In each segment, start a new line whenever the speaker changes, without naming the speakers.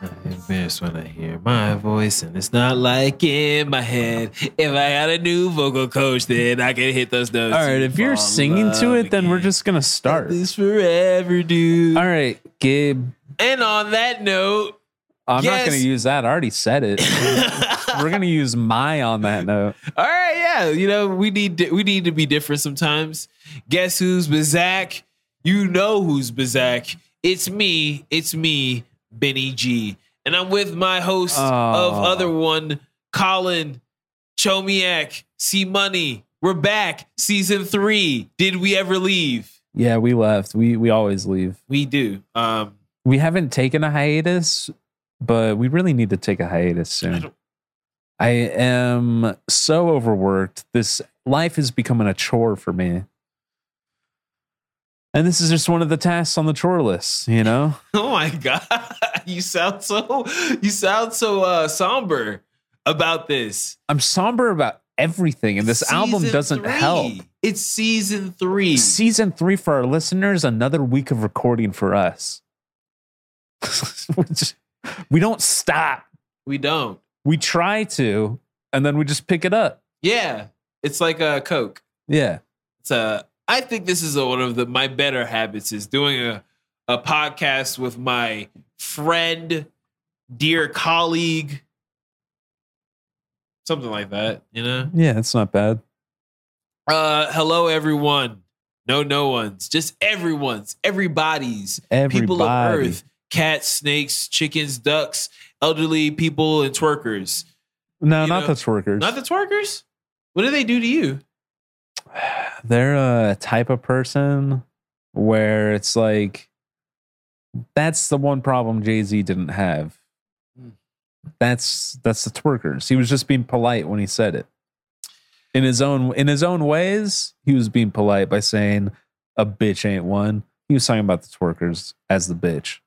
I'm embarrassed when I hear my voice, and it's not like in my head. If I had a new vocal coach, then I could hit those notes.
All right, if you're singing to it, then we're just gonna start.
this forever, dude.
All right, Gib.
And on that note,
I'm
Yes.
not gonna use that. I already said it.
all
we're gonna use my on that note.
right, yeah, you know we need to, we need to be different sometimes. Guess who's Bazak? You know who's Bazak? It's me. It's me, Benny G, and I'm with my host of
Oh.
other one, Colin Chomiak. See money. We're back, season three. Did we ever leave?
Yeah, we left. We we always leave.
We do. Um,
We haven't taken a hiatus, but we really need to take a hiatus
I
soon.
don't-
I am so overworked. This life is becoming a chore for me. And this is just one of the tasks on the chore list, you know?
oh my god, you sound so you sound so uh, somber about this.
I'm somber about everything, and this album
Season
doesn't
three.
help.
It's season three.
Season three for our listeners, another week of recording for us. we, just- we don't stop.
we don't.
We try to, and then we just pick it up.
Yeah, it's like a Coke.
Yeah.
It's a. I think this is a, one of the my better habits is doing a a podcast with my friend, dear colleague, something like that. You know.
Yeah, it's not bad.
Uh, hello everyone. No, no one's. Just everyone's. Everybody's.
Everybody.
people of earth cats snakes chickens ducks elderly people and twerkers
No,
you
not
know,
the twerkers.
not the twerkers what do they do to you
They're a type of person where it's like, that's the one problem Jay Z didn't have.
Mm.
That's that's the twerkers. He was just being polite when he said it. In his own in his own ways, he was being polite by saying a bitch ain't one. He was talking about the twerkers as the bitch.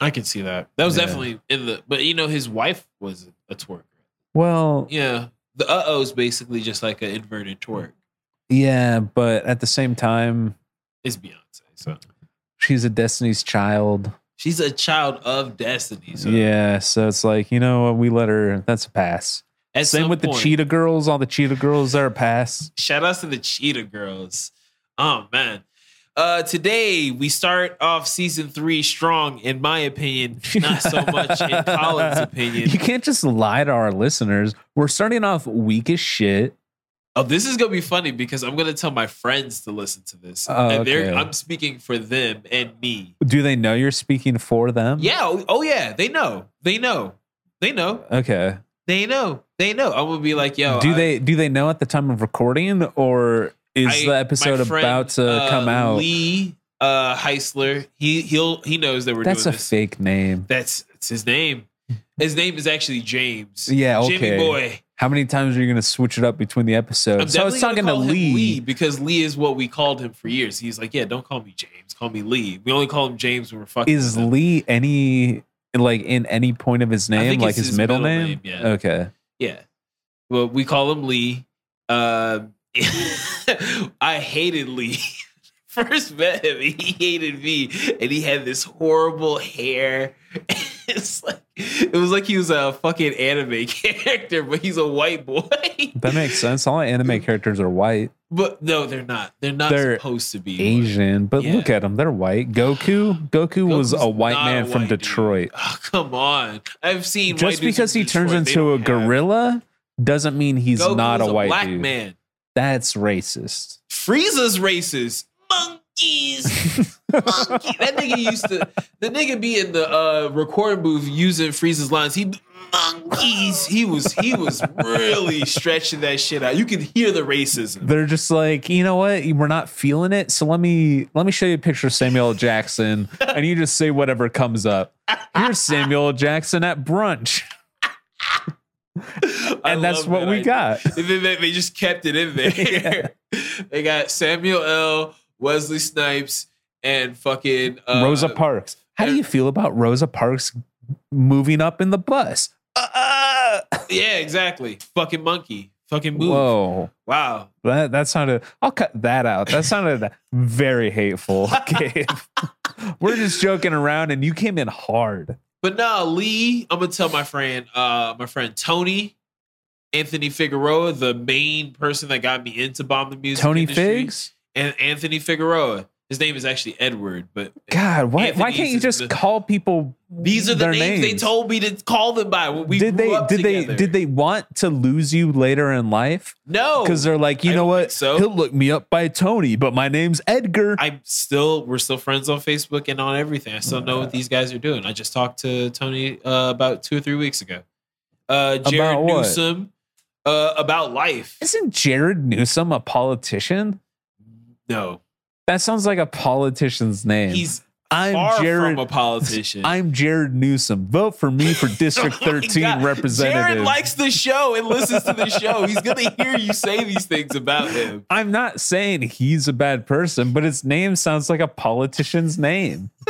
i can see that that was
Yeah.
definitely in the but you know his wife was a twerker
Well,
yeah the uh-oh's basically just like an inverted twerk
yeah, but at the same time,
it's beyonce so
she's a Destiny's Child.
she's a child of destiny so
Yeah, so it's like you know what we let her. That's a pass.
at
Same
some
with the
point-
cheetah girls. All the cheetah girls are a pass.
Shout outs to the Cheetah Girls. Oh man. Uh, today we start off season three strong, in my opinion. Not so much in Colin's opinion.
You can't just lie to our listeners. We're starting off weak as shit.
Oh, this is gonna be funny because I'm gonna tell my friends to listen to this.
Oh,
and they're
okay.
I'm speaking for them and me.
Do they know you're speaking for them?
Yeah, oh, oh yeah, they know. They know. They know.
Okay.
They know. They know. I'm gonna be like, yo,
do
I-
they do they know at the time of recording or is
I-
the
my
episode
friend,
about to
uh,
come out?
Lee uh Heisler, he he'll he knows that we're
That's a
doing this.
fake name.
That's, that's his name. His name is actually James.
Yeah, okay.
Jimmy Boy.
How many times are you going to switch it up between the
I'm
episodes? So I was
definitely
talking
gonna
to
call him
Lee.
because Lee is what we called him for years. He's like, yeah, don't call me James, call me Lee. We only call him James when we're fucking.
Is
with him.
Lee any like in any point of his name,
think
like
it's
his,
his
middle,
middle
name?
name, yeah.
Okay.
yeah? Well, we call him Lee. Um, I hated Lee. First met him, he hated me, and he had this horrible hair. it's like it was like he was a fucking anime character, but he's a white boy.
That makes sense. All anime characters are white,
But no, they're not. They're not
They're
supposed to be one.
Asian, but look
Yeah.
at them. They're white. Goku, Goku was
Goku's
a white
not
man
a
from
white dude.
Detroit.
Oh, come on. I've seen white
Just
dudes
because
from
he turns
Detroit, they
into
don't
a
have-
gorilla doesn't mean he's
Goku
not
is
a white
black
dude.
man.
That's racist.
Frieza's racist. Monkeys. Monkey. That nigga used to the nigga be in the uh recording booth using Frieza's lines. He monkeys. He was he was really stretching that shit out. You could hear the racism.
They're just like, you know what? We're not feeling it. So let me let me show you a picture of Samuel L. Jackson, and you just say whatever comes up. Here's Samuel L. Jackson at brunch.
I
and that's
love
what
that
we
idea.
got.
They, they- they just kept it in there. they got Samuel L. Wesley Snipes and fucking uh,
Rosa Parks. How do you feel about Rosa Parks moving up in the bus? Uh, uh.
Yeah, exactly. Fucking monkey. Fucking move.
Whoa.
Wow.
That that sounded I'll cut that out. That sounded very hateful. Okay. We're just joking around, and you came in hard.
But nah, Lee, I'm gonna tell my friend, uh, my friend Tony, Anthony Figueroa, the main person that got me into bomb the music.
Tony
industry,
Figs.
and Anthony Figueroa. His name is actually Edward, but
God, why why
Anthony's
can't you
is
just
the-
call people?
these are the
their
names, they told me to call them by when we
did
grew
they
up
did
together.
they did they want to lose you later in life?
no
Because they're like, you
Oh, I
know
don't think
what?
so.
He'll look me up by Tony, but my name's Edgar.
I'm still we're still friends on Facebook and on everything. I still know
Uh.
what these guys are doing. I just talked to Tony uh, about two or three weeks ago. Uh, Jared
About what?
Newsom uh, about life.
Isn't Jared Newsom a politician?
No,
That sounds like a politician's name.
he's far
I'm
from a
Jared.
politician.
I'm Jared Newsom. Vote for me for District
Oh my
13
God.
representative.
Jared likes the show and listens to the show. He's gonna hear you say these things about him.
I'm not saying he's a bad person, but his name sounds like a politician's name.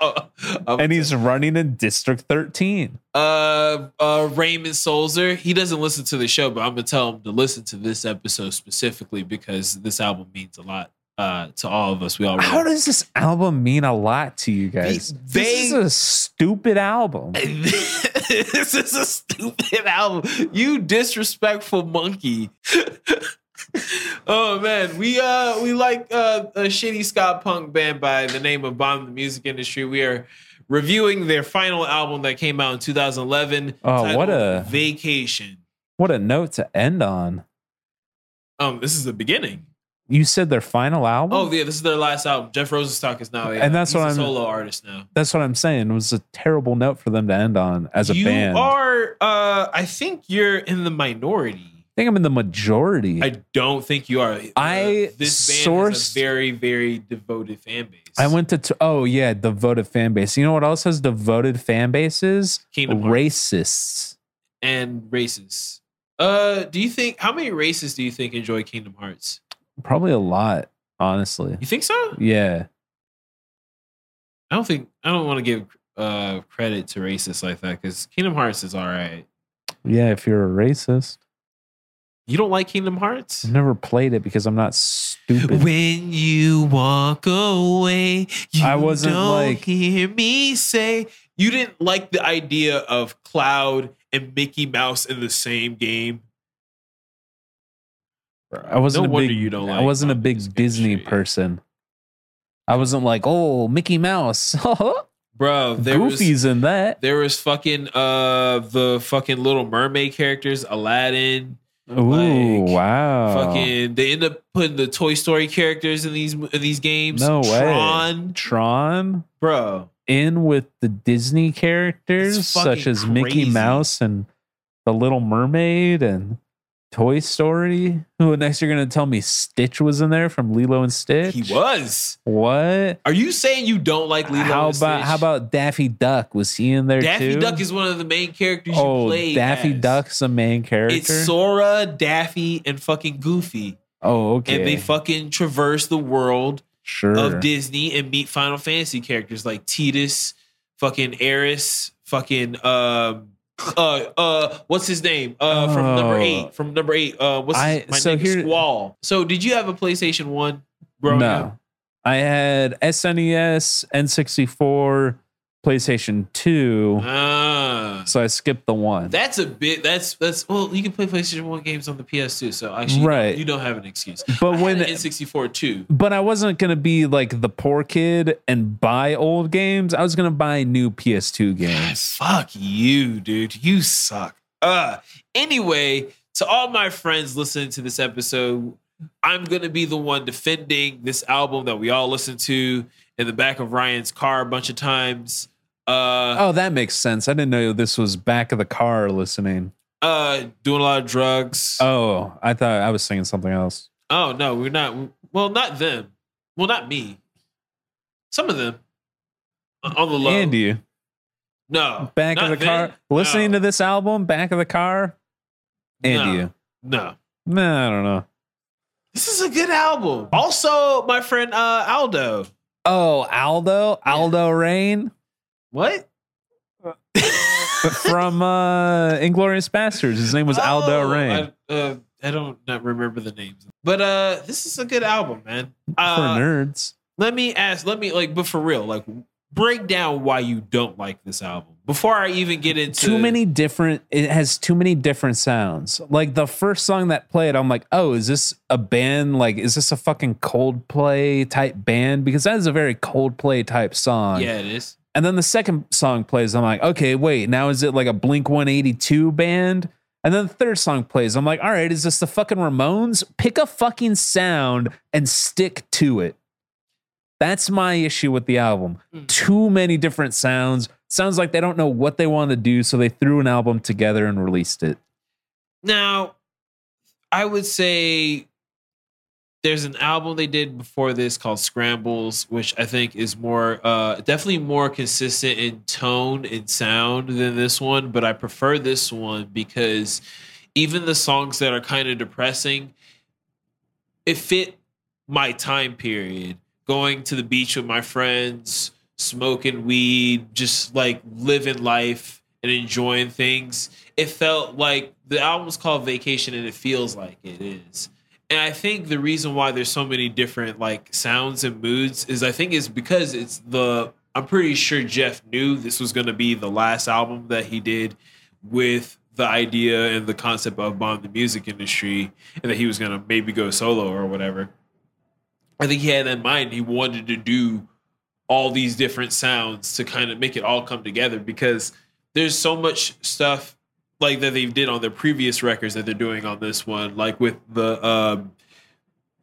Oh, oh.
And he's running in District 13.
uh, uh, Raymond Solzer. He doesn't listen to the show, but I'm gonna tell him to listen to this episode specifically because this album means a lot uh, to all of us. We all
How does this album mean a lot to you guys?
they-
this is a stupid album.
this is a stupid album. You disrespectful monkey. oh man, we uh we like uh, a shitty ska punk band by the name of Bomb the Music Industry. We are reviewing their final album that came out in 2011.
Oh, what
titled
a-
vacation.
What a note to end on.
Um, this is the beginning.
You said their final album?
Oh yeah, this is their last album. Jeff Rosenstock is now, a-
And that's
he's a
what I'm-
solo artist now.
That's what I'm saying. It was a terrible note for them to end on as a
you
band. I
are, uh, I think you're in the minority.
think I'm in the majority.
I don't think you are. Uh,
I
this band
sourced-
is a very very devoted fan base.
I went to, t- oh yeah, devoted fan base. You know what else has devoted fan bases?
Kingdom Hearts.
Racists.
and races. Uh, do you think how many races do you think enjoy Kingdom Hearts?
Probably a lot, honestly.
You think so?
Yeah.
I don't think I don't want to give uh credit to racists like that because Kingdom Hearts is all right.
Yeah, if you're a racist.
You don't like Kingdom Hearts?
I've never played it because I'm not stupid.
When you walk away, you
I wasn't
don't
like-
hear me say you didn't like the idea of Cloud and Mickey Mouse in the same game.
I wasn't
No
a
wonder
big,
you don't
I
like
wasn't a
Bob
big
Hoskins
Disney
shit.
person. I wasn't like, oh, Mickey Mouse,
Bro, there
Goofy's
was
in that.
there was fucking uh the fucking Little Mermaid characters, Aladdin,
Ooh,
like,
wow.
fucking they end up putting the Toy Story characters in these in these games.
No way.
Tron,
Tron
bro.
in with the Disney characters
It's
such
fucking
as Mickey
crazy.
Mouse and the Little Mermaid and Toy Story. Who next? You're gonna tell me Stitch was in there from Lilo and Stitch?
He was.
What?
Are you saying you don't like Lilo?
how
and
about how
Stitch?
about Daffy Duck? Was he in there
Daffy
too?
Duck is one of the main characters you
oh,
play.
Daffy
as.
Duck's a main character.
It's Sora, Daffy, and fucking Goofy,
oh, okay.
and they fucking traverse the world
sure.
of Disney and meet Final Fantasy characters like Tidus, fucking Eris, fucking um, uh, uh, what's his name? Uh, from number
Oh.
eight, from number eight. Uh, what's his-
I-
my
so
name?
here-
Squall. So, did you have a PlayStation One growing up?
no, I had E SNES, N64, PlayStation Two.
Ah.
So I skipped the one.
That's a bit. That's that's. Well, you can play PlayStation One games on the PS2, so actually,
Right.
you don't have an excuse.
but
I
when
had an N64 too.
but I wasn't gonna be like the poor kid and buy old games. I was gonna buy new PS2 games.
Fuck you, dude. You suck. Uh anyway, to all my friends listening to this episode, I'm gonna be the one defending this album that we all listened to in the back of Ryan's car a bunch of times. Uh
Oh, that makes sense. I didn't know this was back of the car listening.
uh doing a lot of drugs.
Oh, I thought I was singing something else.
oh no, we're not well, not them. Well, not me. Some of them. On the low.
And you
no.
back of
not
the
them.
car listening
No.
to this album, back of the car. And
No.
you,
No.
nah, I don't know.
This is a good album. Also, my friend uh, Aldo.
Oh, Aldo, Aldo Rain
What?
from uh Inglorious Bastards. His name was Aldo
Oh,
Rain.
I, uh, I don't not remember the names, but uh, this is a good album, man. Uh,
for nerds.
Let me ask, let me like, but for real, like break down why you don't like this album before I even get into
too many different it has too many different sounds like the first song that played i'm like oh is this a band like is this a fucking coldplay type band because that is a very coldplay type song
Yeah, it is.
and then the second song plays i'm like okay wait now is it like a blink 182 band and then the third song plays i'm like all right is this the fucking ramones pick a fucking sound and stick to it that's my issue with the album
Mm.
too many different sounds sounds like they don't know what they want to do so they threw an album together and released it
Now, I would say there's an album they did before this called Scrambles, which I think is more, uh, definitely more consistent in tone and sound than this one. But I prefer this one because even the songs that are kind of depressing, it fit my time period. Going to the beach with my friends, smoking weed, just like living life and enjoying things. It felt like the album's called Vacation and it feels like it is. And I think the reason why there's so many different like sounds and moods is I think it's because it's the I'm pretty sure Jeff knew this was going to be the last album that he did with the idea and the concept of bomb the music industry and that he was going to maybe go solo or whatever. I think he had in mind he wanted to do all these different sounds to kind of make it all come together because there's so much stuff like that they did on their previous records that they're doing on this one, like with the um,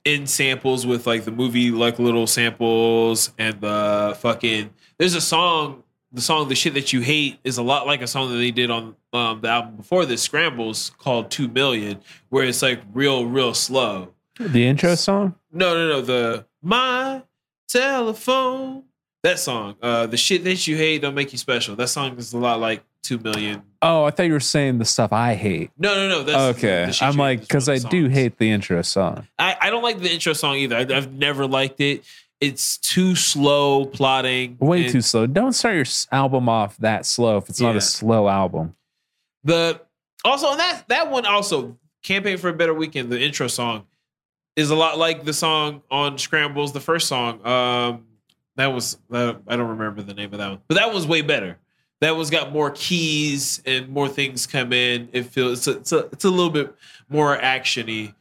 in samples with like the movie like little samples and the fucking there's a song the song the shit that you hate is a lot like a song that they did on um, the album before this scrambles called 2 million where it's like real real slow
the intro song
no, no, no. The my telephone. That song. Uh, the shit that you hate don't make you special. That song is a lot like two million.
oh i thought you were saying the stuff i hate
No, no, no. That's
okay
the shit
i'm
you hate is
like
one of
because
the
i do
songs.
hate the intro song
I, I don't like the intro song either. I, I've never liked it. It's too slow plotting.
Way
and
too slow. Don't start your s- album off that slow if it's not
Yeah.
a slow album.
The also and that that one also campaign for a better weekend. The intro song is a lot like the song on Scrambles, the first song. Um, that was that, I don't remember the name of that one, but that one's way better. That one's got more keys and more things come in. It feels it's a, it's a, it's a little bit more actiony,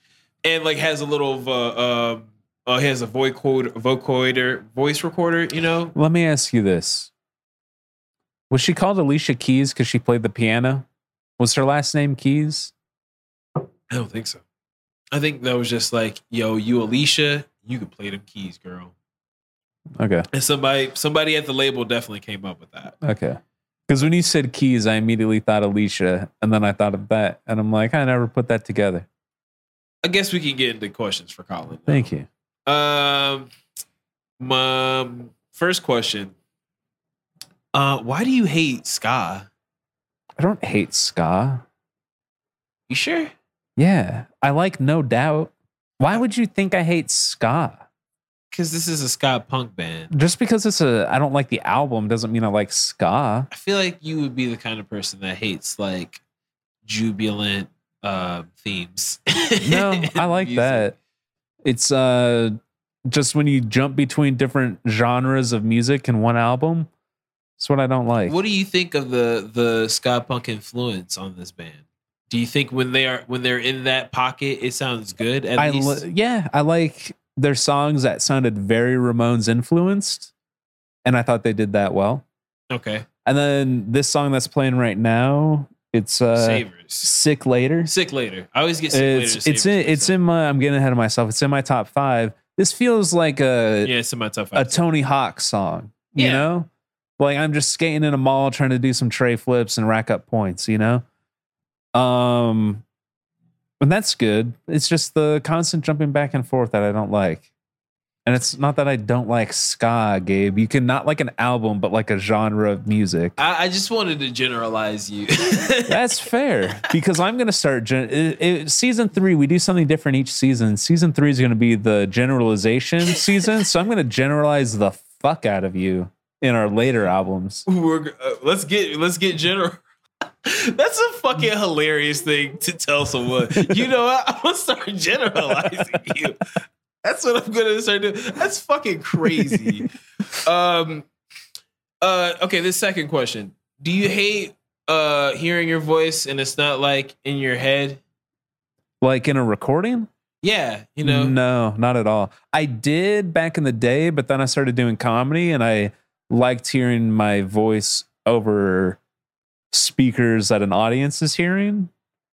and like has a little of uh, um, uh, he has a vocoder, vocoder, voice recorder. You know,
Let me ask you this. Was she called Alicia Keys because she played the piano? Was her last name Keys?
I don't think so. I think that was just like, yo, you Alicia, you could play them keys, girl.
Okay.
And somebody somebody at the label definitely came up with that.
Okay. Because when you said Keys, I immediately thought Alicia, and then I thought of that, and I'm like, I never put that together.
I guess we can get into questions for Colin.
Thank you.
you. Um my first question. Uh why do you hate ska?
I don't hate ska.
You sure?
Yeah, I like No Doubt. Why would you think I hate ska?
Cuz this is a ska punk band.
Just because it's a I don't like the album doesn't mean I like ska.
I feel like you would be the kind of person that hates like jubilant uh themes.
no, I like
Music.
that. It's uh just when you jump between different genres of music in one album. That's what I don't like.
What do you think of the the ska punk influence on this band? Do you think when they are when they're in that pocket, it sounds good? At
I
least?
li- yeah, I like their songs that sounded very Ramones influenced, and I thought they did that well.
okay,
And then this song that's playing right now, it's uh
savers.
"Sick Later."
Sick later. I always get sick later.
It's
to
it's
Savers
in,
mixed
it's
up.
in my. I'm getting ahead of myself. It's in my top five. This feels like a
yeah, it's in my top
a
five.
Tony Hawk song, you
Yeah.
know? Like I'm just skating in a mall trying to do some tray flips and rack up points, you know? Um and that's good. It's just the constant jumping back and forth that I don't like. And it's not that I don't like ska, Gabe. You can not like an album, but like a genre of music.
I, I just wanted to generalize you.
That's fair because I'm going to start. Gen- it, it- season three, we do something different each season. Season three is going to be the generalization season. So I'm going to generalize the fuck out of you in our later albums.
We're, g- uh, let's get let's get general. That's a fucking hilarious thing to tell someone. You know what? I'm gonna start generalizing you. That's what I'm gonna start doing. That's fucking crazy. um uh okay, this second question. Do you hate uh hearing your voice and it's not like in your head?
Like in a recording?
Yeah, you know.
No, not at all. I did back in the day, but then I started doing comedy and I liked hearing my voice over speakers that an audience is hearing.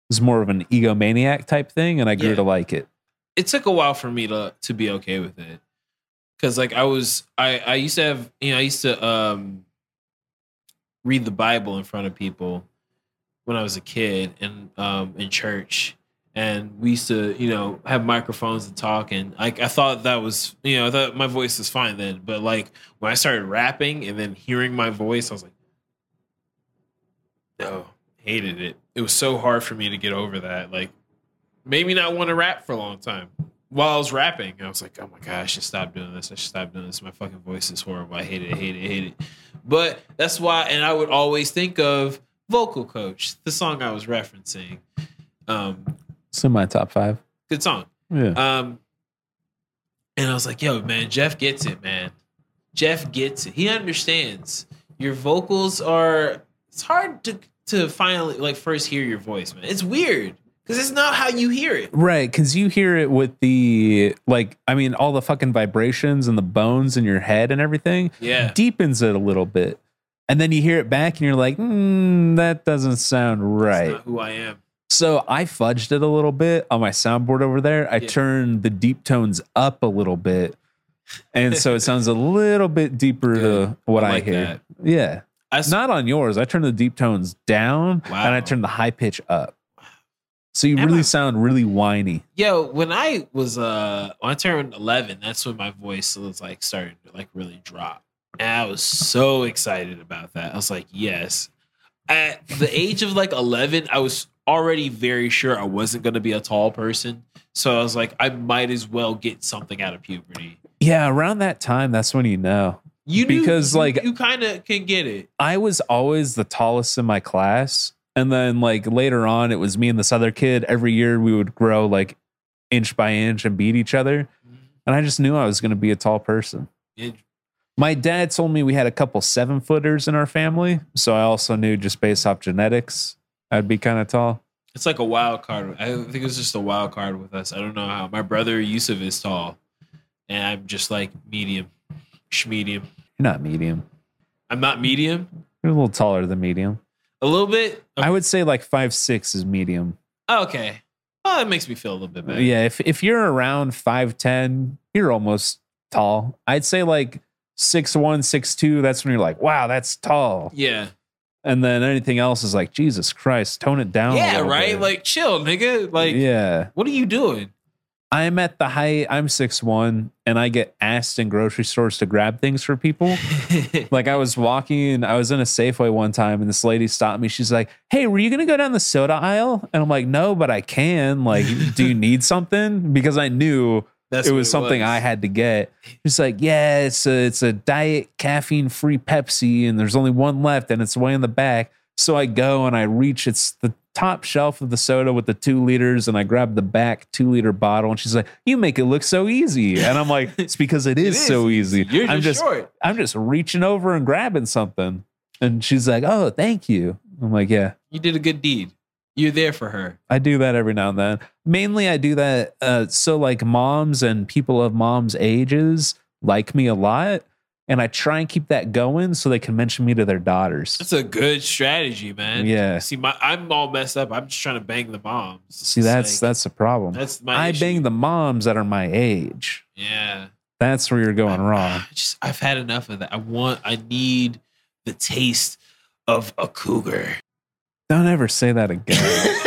It's more of an egomaniac type thing, and I grew
Yeah.
to like it.
It took a while for me to to be okay with it. Cause like I was I I used to have you know, I used to um read the Bible in front of people when I was a kid and um in church. And we used to, you know, have microphones and talk and like I thought that was you know, I thought my voice was fine then. But like when I started rapping and then hearing my voice, I was like No, hated it. It was so hard for me to get over that. Like made me not want to rap for a long time. While I was rapping, I was like, "Oh my god, I should stop doing this. I should stop doing this. My fucking voice is horrible. I hate it. I hate it. I hate it." But that's why, and I would always think of "Vocal Coach," the song I was referencing. Um,
It's in my top five.
good song.
Yeah.
Um, and I was like, "Yo, man, Jeff gets it, man. Jeff gets it. He understands. Your vocals are. It's hard to to finally like first hear your voice, man. It's weird because it's not how you hear it.
Right, because you hear it with the like, I mean, all the fucking vibrations and the bones in your head and everything
Yeah,
deepens it a little bit, and then you hear it back and you're like, mm, that doesn't sound
That's
right.
not who I am.
So I fudged it a little bit on my soundboard over there. I
Yeah.
turned the deep tones up a little bit, and so it sounds a little bit deeper
Good.
to what
I
I,
like
hear.
that.
Yeah,
I
it's not on yours. I turned the deep tones down and
Wow.
I turned the high pitch up. So you
Am
really
I-
sound really whiny.
yo, when I was uh when I turned eleven, that's when my voice was like starting to like really drop. And I was so excited about that. I was like, yes. At the age of like eleven, I was already very sure I wasn't gonna be a tall person. So I was like, I might as well get something out of puberty.
Yeah, around that time, that's when you know.
You knew-
Because,
you-
like-
you kinda can get it.
I was always the tallest in my class. And then like later on, it was me and this other kid. Every year we would grow like inch by inch and beat each other. And I just knew I was going to be a tall person.
It-
My dad told me we had a couple seven footers in our family. So I also knew just based off genetics, I'd be kind of tall.
It's like a wild card. I think it's just a wild card with us. I don't know how. My brother Yusuf is tall, and I'm just like medium, schmedium.
You're not medium.
I'm not medium.
You're a little taller than medium.
A little bit.
I would say like five six is medium.
Okay. Oh, that makes me feel a little bit better.
Yeah, if if you're around five ten, you're almost tall. I'd say like six one, six two. That's when you're like, wow, that's tall.
Yeah.
And then anything else is like, Jesus Christ, tone it down. a
Yeah.
little
Right.
bit.
Like, chill, nigga. Like,
yeah,
what are you doing?
I'm at the height. I'm six one, and I get asked in grocery stores to grab things for people. Like I was walking, I was in a Safeway one time, and this lady stopped me. She's like, "Hey, were you gonna go down the soda aisle?" And I'm like, "No, but I can. Like, do you need something?" Because I knew
That's
it
what
was something I had to get. She's like, "Yeah, it's a it's a diet caffeine free Pepsi, and there's only one left, and it's way in the back." So I go and I reach. It's the top shelf of the soda with the two liters, and I grab the back two liter bottle. And she's like, "You make it look so easy," and I'm like, "It's because it is,
is
so easy.
You're just,
I'm just
short.
I'm just reaching over and grabbing something. And she's like, Oh, thank you. I'm like, Yeah,
You did a good deed. You're there for her.
I do that every now and then. Mainly, I do that. Uh, so, like, moms and people of moms' ages like me a lot. And I try and keep that going so they can mention me to their daughters.
That's a good strategy, man.
Yeah.
See, my I'm all messed up. I'm just trying to bang the moms.
See,
It's
that's
like,
that's the problem.
that's my
I
issue.
bang the moms that are my age.
Yeah.
That's where you're going
I-
wrong.
I just I've had enough of that. I want I need the taste of a cougar.
Don't ever say that again.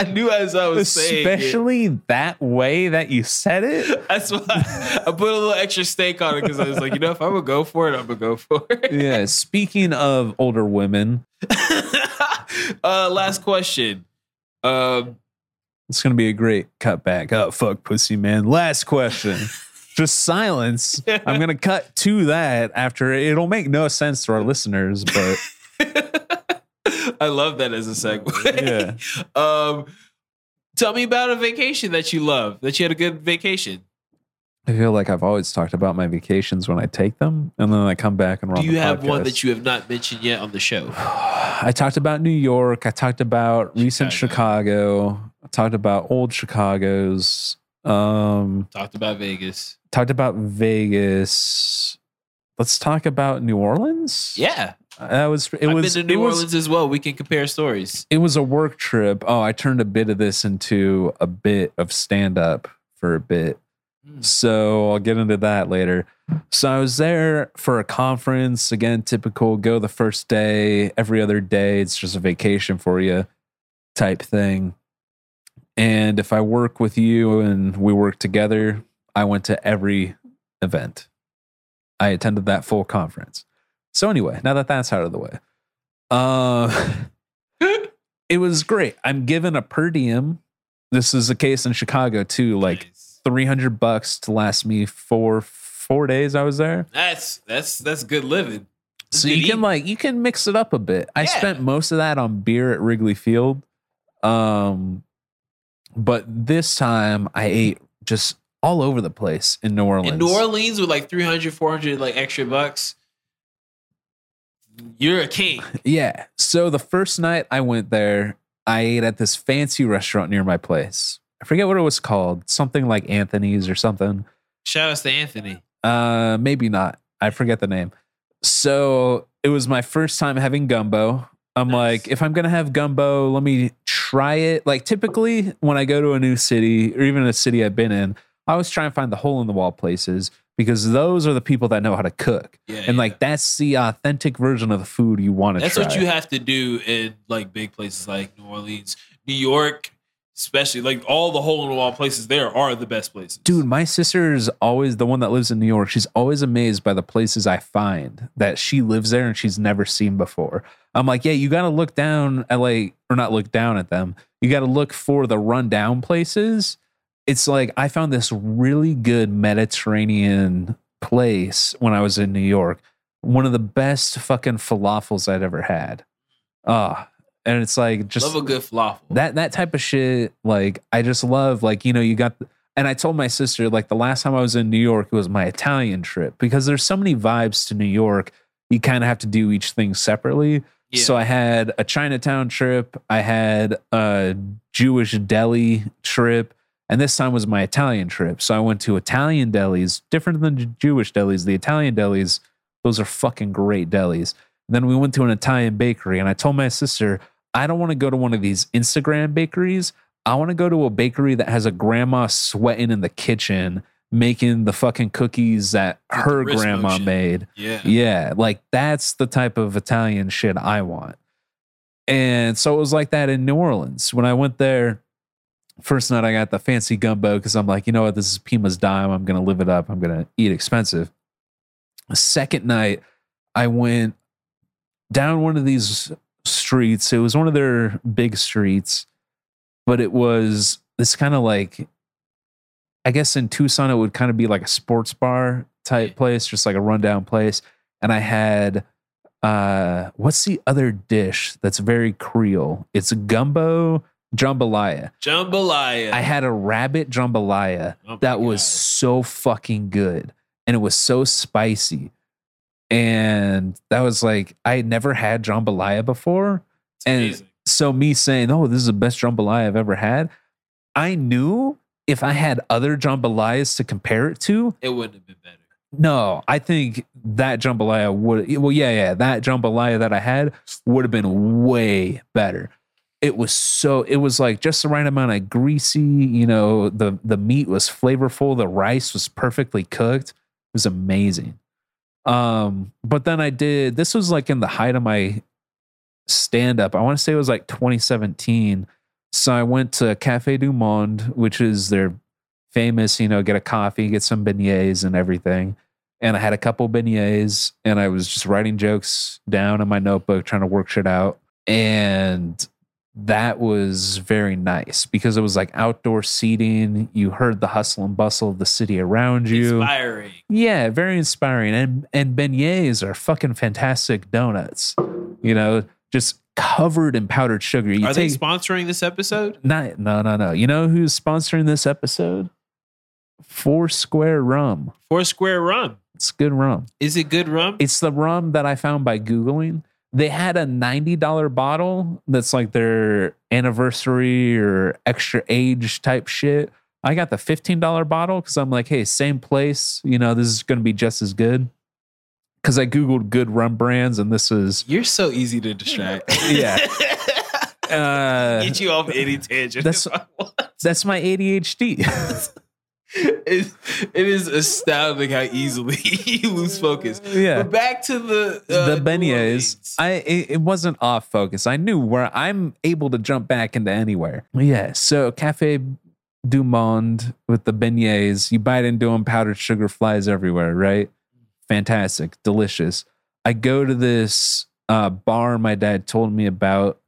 I knew as I was saying
Especially that way that you said it.
it. That's why I put a little extra steak on it because I was like, you know, if I'm gonna go for it, I'm gonna go for it.
Yeah. Speaking of older women,
uh, last question. Um,
It's gonna be a great cutback. Oh fuck, pussy man. Last question. Just silence. I'm gonna cut to that after. It'll make no sense to our listeners, but
I love that as a segue.
yeah.
Um, Tell me about a vacation that you love, that you had a good vacation.
I feel like I've always talked about my vacations when I take them, and then I come back and.
Do you have one that you have not mentioned yet on the show?
I talked about New York. I talked about recent Chicago. I talked about old Chicago's. Um,
Talked about Vegas.
talked about Vegas. Let's talk about New Orleans.
Yeah,
that was it.
I've
was
been to New
it was-
Orleans as well. We can compare stories.
it was a work trip. Oh, I turned a bit of this into a bit of stand up for a bit.
Hmm.
So I'll get into that later. So I was there for a conference. Again, typical go the first day, every other day. It's just a vacation for you type thing. And if I work with you and we work together, I went to every event. I attended that full conference. So anyway, now that that's out of the way, uh, it was great. I'm given a per diem. This is the case in Chicago too. Like
Nice.
300 bucks to last me for four days i was there
that's that's that's good living. That's
so you
good
can
eating.
like you can mix it up a bit i
Yeah.
spent most of that on beer at wrigley field um but this time i ate just all over the place in new orleans
in New Orleans with like 300, 400 like extra bucks. You're a king.
yeah so the first night i went there i ate at this fancy restaurant near my place i forget what it was called something like anthony's or something
Shout outs to Anthony.
Uh, maybe not. I forget the name. So it was my first time having gumbo. I'm
Nice.
like, if I'm gonna have gumbo, let me try it. Like typically, when I go to a new city or even a city I've been in, I always try and find the hole in the wall places because those are the people that know how to cook,
Yeah,
and like that's the authentic version of the food you want to.
that's what you have to do in like big places like New Orleans, New York, especially like all the hole in the wall places. There are the best places,
Dude, my sister is always the one that lives in New York. She's always amazed by the places I find that she lives there and she's never seen before. I'm like, yeah, you got to look down at like, or not look down at them. You got to look for the rundown places. It's like I found this really good Mediterranean place when I was in New York. One of the best fucking falafels I'd ever had. Ah, and it's like just
Love a good falafel.
that that type of shit like i just love like you know you got and i told my sister like the last time i was in new york it was my italian trip because there's so many vibes to new york you kind of have to do each thing separately
Yeah.
so i had a chinatown trip i had a jewish deli trip and this time was my italian trip so i went to italian delis different than J- jewish delis the italian delis those are fucking great delis then we went to an italian bakery and i told my sister I don't want to go to one of these Instagram bakeries. I want to go to a bakery that has a grandma sweating in the kitchen making the fucking cookies that
With the
her
wrist
grandma
motion.
made.
yeah.
Yeah, like that's the type of Italian shit I want. And so it was like that in New Orleans. When I went there, first night I got the fancy gumbo because I'm like, you know what, this is Pima's dime. I'm gonna live it up. I'm gonna eat expensive. The second night, I went down one of these streets. It was one of their big streets, but it was this kind of like I guess in Tucson it would kind of be like a sports bar type
Yeah.
place, just like a rundown place. And I had uh what's the other dish that's very Creole? It's gumbo jambalaya.
Jambalaya.
I had a rabbit jambalaya
Oh my
that was
God.
so fucking good and it was so spicy. And that was like I had never had jambalaya before
It's
and-
amazing.
so me saying, "Oh, this is the best jambalaya I've ever had," I knew if I had other jambalayas to compare it to,
it wouldn't have been better.
no, I think that jambalaya would. Well, yeah, yeah, that jambalaya that I had would have been way better. It was so. It was like just the right amount of greasy. You know, the the meat was flavorful. The rice was perfectly cooked. It was amazing. Um, but then I did. This was like in the height of my stand up. I want to say it was like 2017. So I went to Cafe Du Monde, which is their famous, you know, get a coffee, get some beignets and everything. And I had a couple beignets and I was just writing jokes down in my notebook, trying to work shit out. And that was very nice because it was like outdoor seating. You heard the hustle and bustle of the city around you.
Inspiring.
Yeah, very inspiring. And and beignets are fucking fantastic donuts. You know, just covered in powdered sugar. You
Are they
take
sponsoring this episode?
not, no, no, no. You know who's sponsoring this episode? Four Square Rum.
Four Square Rum.
It's good rum.
Is it good rum?
It's the rum that I found by Googling. They had a $90 bottle that's like their anniversary or extra age type shit. I got the $15 bottle because I'm like, hey, same place. You know, this is going to be just as good. Because I Googled good rum brands and this is,
You're so easy to distract.
Yeah. uh,
Get you off any tangent.
That's- that's my ADHD.
it, it is astounding how easily you lose focus.
yeah.
But back to the uh,
the
New
beignets.
Orleans.
I it, it wasn't off focus. I knew where I'm able to jump back into anywhere. Yeah. So Cafe Du Monde with the beignets. You bite into them, powdered sugar flies everywhere. Right. Fantastic, delicious. I go to this uh, bar my dad told me about.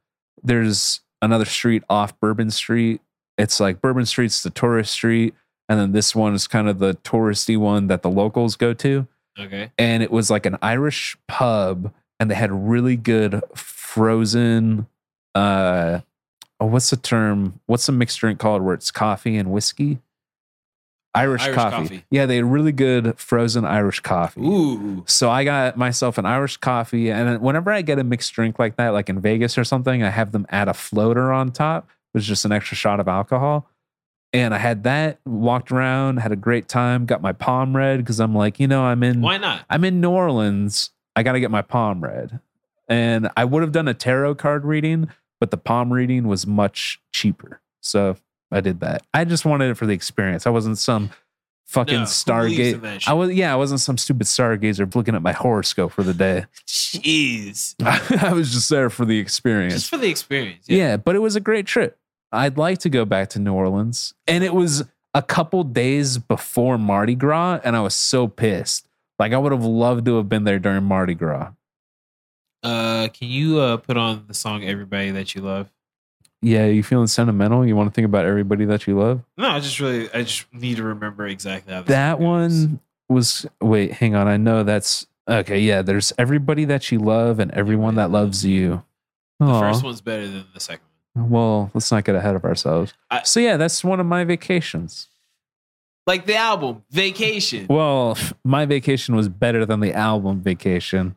There's another street off Bourbon Street. It's like Bourbon Street's the tourist street, and then this one is kind of the touristy one that the locals go to
okay.
and it was like an Irish pub, and they had really good frozen. Uh, oh, what's the term? What's the mixed drink called where it's coffee and whiskey? Irish,
Irish
coffee.
coffee.
Yeah, they had really good frozen Irish coffee.
Ooh.
So I got myself an Irish coffee, and then whenever I get a mixed drink like that, like in Vegas or something, I have them add a floater on top, which is just an extra shot of alcohol. And I had that, walked around, had a great time, got my palm read because I'm like, you know, I'm in.
Why not?
I'm in New Orleans. I got to get my palm read. And I would have done a tarot card reading, but the palm reading was much cheaper. So I did that. I just wanted it for the experience. I wasn't some fucking
No, who believes in
Stargate.
that
I
shit?
was yeah, I wasn't some stupid stargazer looking at my horoscope for the day.
Jeez.
I was just there for the experience.
Just for the experience.
Yeah. but it was a great trip. I'd like to go back to New Orleans. And it was a couple days before Mardi Gras, and I was so pissed. Like I would have loved to have been there during Mardi Gras.
Uh, can you uh, put on the song "Everybody That You Love"?
Yeah, you feeling sentimental? You want to think about everybody that you love?
No, I just really, I just need to remember exactly how this
That
song goes.
one was wait, hang on. I know that's okay. Yeah, there's everybody that you love and everyone that loves you.
The
Aw.
first one's better than the second one.
Well, let's not get ahead of ourselves.
I-
so yeah, that's one of my vacations.
Like the album "Vacation,"
Well, my vacation was better than the album vacation.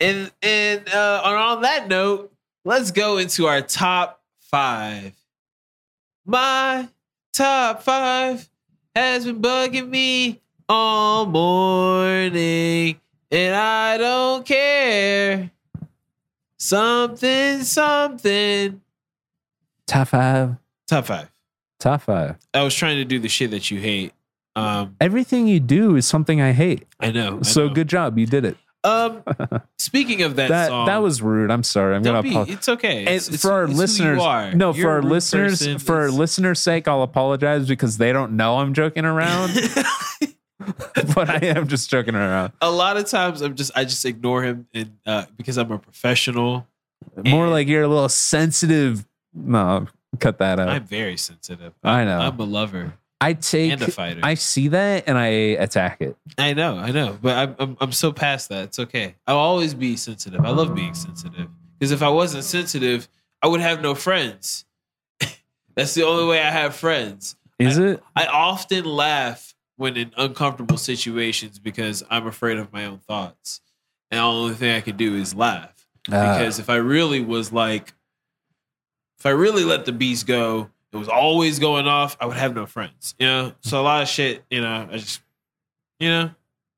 and and uh, and on that note, let's go into our top five. My top five has been bugging me all morning, and I don't care. Something, something.
Top five.
Top five.
Top five.
I was trying to do the shit that you hate. Um,
Everything you do is something I hate.
I know. I
So
know.
good job. You did it.
Um, speaking of that,
That
song,
that was rude. I'm sorry. I'm
Don't
gonna
be,
apologize.
it's okay.
And
It's- it's-
for our
it's who you
listeners,
are.
no,
You're
for
a
our
rude
listeners,
person.
for our
It's-
listeners' sake, I'll apologize because they don't know I'm joking around, but I am just joking around.
a lot of times, I'm just I just ignore him, and uh, because I'm a professional,
More
And-
like you're a little sensitive. No, cut that out.
I'm very sensitive.
i know.
I'm a lover
I take.
and a fighter.
I see that and I attack it.
I know, I know, but I'm, I'm I'm so past that. It's okay. I'll always be sensitive. I love being sensitive because if I wasn't sensitive, I would have no friends. That's the only way I have friends.
Is it?
I often laugh when in uncomfortable situations because I'm afraid of my own thoughts. And the only thing I can do is laugh.
Uh,
Because if I really was like, if I really let the beast go, it was always going off, I would have no friends. You know? So a lot of shit, you know, I just, you know,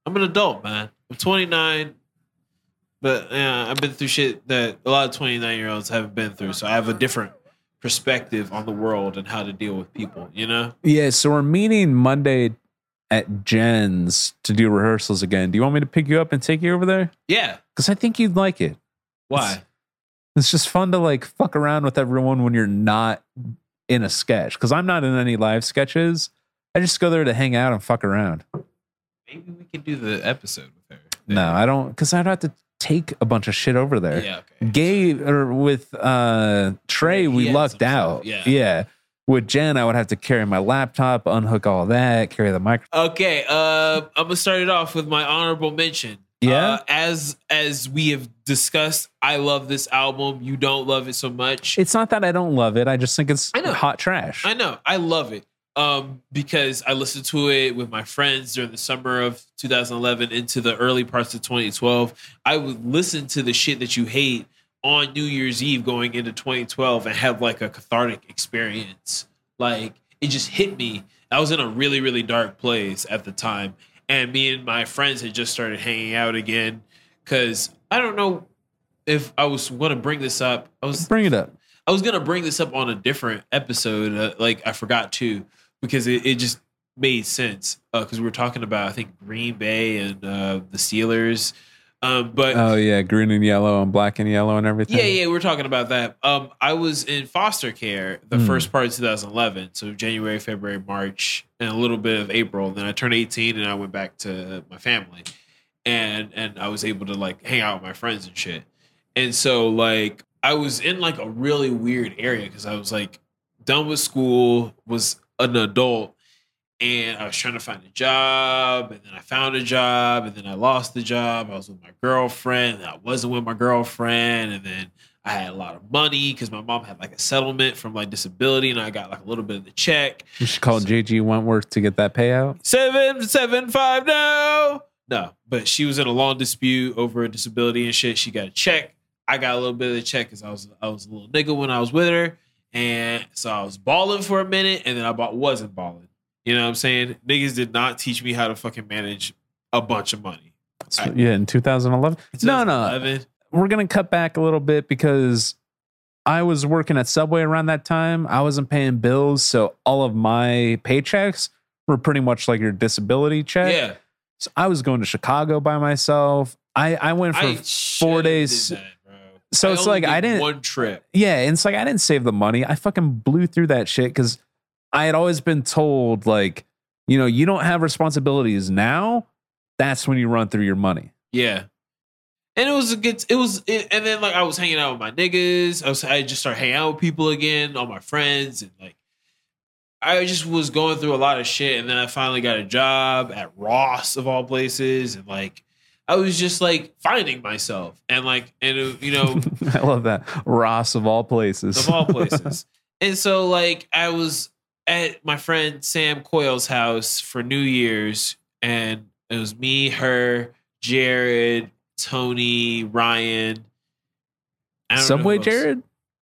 I'm an adult, man. I'm 29. But yeah, I've been through shit that a lot of 29 year olds haven't been through. So I have a different perspective on the world and how to deal with people, you know?
yeah. So we're meeting Monday at Jen's to do rehearsals again. Do you want me to pick you up and take you over there?
Yeah.
Because I think you'd like it.
Why?
It's just fun to like fuck around with everyone when you're not in a sketch. Cause I'm not in any live sketches. I just go there to hang out and fuck around.
Maybe we could do the episode with her.
No, I don't. Cause I'd have to take a bunch of shit over there.
Yeah. Okay.
Gay or with uh Trey,
Yeah, he
we
had
lucked
some stuff,
out.
yeah.
With Jen, I would have to carry my laptop, unhook all that, carry the microphone.
Okay. Uh, I'm gonna start it off with my honorable mention.
Yeah.
Uh, as as we have discussed, I love this album. You don't love it so much.
it's not that I don't love it. I just think it's
I know.
hot trash.
I know. I love it. Um, because I listened to it with my friends during the summer of 2011 into the early parts of 2012. I would listen to the shit that you hate on New Year's Eve going into 2012 and have like a cathartic experience. Like it just hit me. I was in a really, really dark place at the time. And me and my friends had just started hanging out again. Cause I don't know if I was going to bring this up. I was
Bring it up.
I was gonna bring this up on a different episode, uh, like I forgot to, because it, it just made sense. Because we were talking about I think Green Bay and uh, the Steelers, um, but
Oh yeah, green and yellow and black and yellow and everything.
yeah, yeah, we we're talking about that. Um, I was in foster care the
Hmm.
first part of 2011, so January, February, March, and a little bit of April. Then I turned 18 and I went back to my family, and and I was able to like hang out with my friends and shit. And so like I was in like a really weird area because I was like done with school, was an adult, and I was trying to find a job, and then I found a job, and then I lost the job. I was with my girlfriend, and I wasn't with my girlfriend, and then I had a lot of money because my mom had like a settlement from like disability, and I got like a little bit of the check.
You should call JG Wentworth to get that payout.
Seven seven five no. No, but she was in a long dispute over a disability and shit. She got a check. I got a little bit of the check because I was I was a little nigga when I was with her. And so I was balling for a minute and then I bought wasn't balling. You know what I'm saying? Niggas did not teach me how to fucking manage a bunch of money.
So,
Right.
Yeah, in 2011. No, no,
2011.
we're gonna cut back a little bit because I was working at Subway around that time. I wasn't paying bills, so all of my paychecks were pretty much like your disability check.
Yeah.
So I was going to Chicago by myself. I I went for
I should've
days-
did that, bro.
So it's
only
like I
did
didn't-
one trip.
yeah, and it's like I didn't save the money. I fucking blew through that shit because I had always been told like, you know, you don't have responsibilities now. That's when you run through your money.
Yeah. And it was a good. It was, it, and then like I was hanging out with my niggas. I was, I just started hanging out with people again, all my friends, and like, I just was going through a lot of shit. And then I finally got a job at Ross of all places, and like, I was just like finding myself, and like, and it, you know,
I love that Ross of all places.
of all places. and so like I was at my friend Sam Coyle's house for New Year's and it was me, her, Jared, Tony, Ryan. I don't know
Subway
who else.
Jared.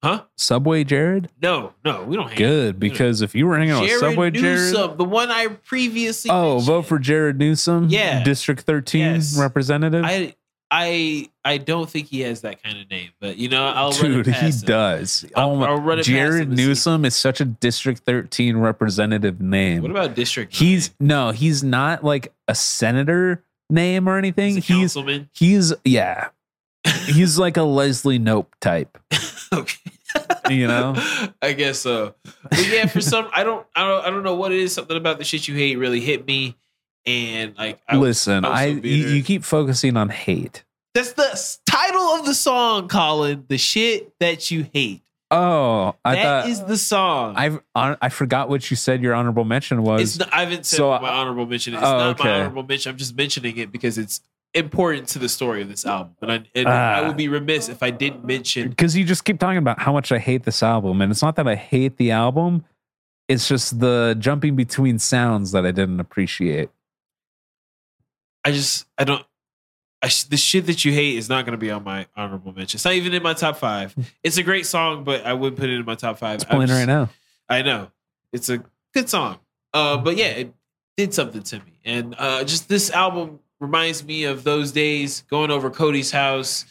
Huh?
Subway Jared.
No, no, we don't hang out.
Good because if you were hanging out with
Jared
Subway Jared,
Newsom, the one I previously
oh,
mentioned.
vote for Jared Newsom.
Yeah.
District Thirteen
Yes.
representative.
I I I don't think he has that kind of name, but you know, I'll run it
Dude, he
past him.
does.
I'll-
oh my,
I'll run it past
Jared
him and see.
Newsom is such a District Thirteen representative name.
What about district?
He's no, he's not like a senator name or anything.
nine?
He's
He's a councilman.
he's yeah. he's like a Leslie Nope type,
Okay.
you know?
I guess so. But yeah, for some, I don't, I don't, I don't know what it is. Something about the shit you hate really hit me, and like, I,
Listen,
I was
I
so
you,
bitter.
you keep focusing on hate.
that's the s- title of the song, Colin. The shit that you hate.
Oh, I
That is
thought
the song.
I've I I forgot what you said your honorable mention was.
it's not, I haven't said
so I-
my honorable mention. It's
Oh,
not
okay.
my honorable mention. I'm just mentioning it because it's important to the story of this album, and I, and
Ah.
I would be remiss if I didn't mention.
because you just keep talking about how much I hate this album, and it's not that I hate the album; it's just the jumping between sounds that I didn't appreciate.
I just, I don't. I sh- the shit that you hate is not going to be on my honorable mention. It's not even in my top five. It's a great song, but I wouldn't put it in my top five.
Hmm. It's playing right now.
I know it's a good song, uh, but yeah, it did something to me, and uh, just this album reminds me of those days going over Cody's house,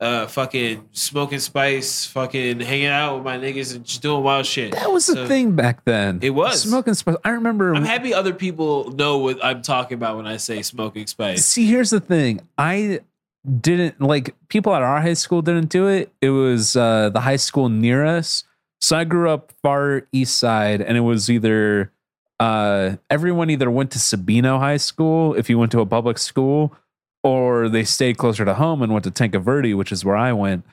uh, fucking smoking spice, fucking hanging out with my niggas and just doing wild shit.
That was the
So,
thing back then.
It was.
smoking. Sp- I remember.
I'm happy other people know what I'm talking about when I say smoking spice.
See, here's the thing. I didn't like people at our high school didn't do it. It was uh, the high school near us. So I grew up far east side, and it was either uh, everyone either went to Sabino High School if you went to a public school, or they stayed closer to home and went to Tanca Verde, which is where I went.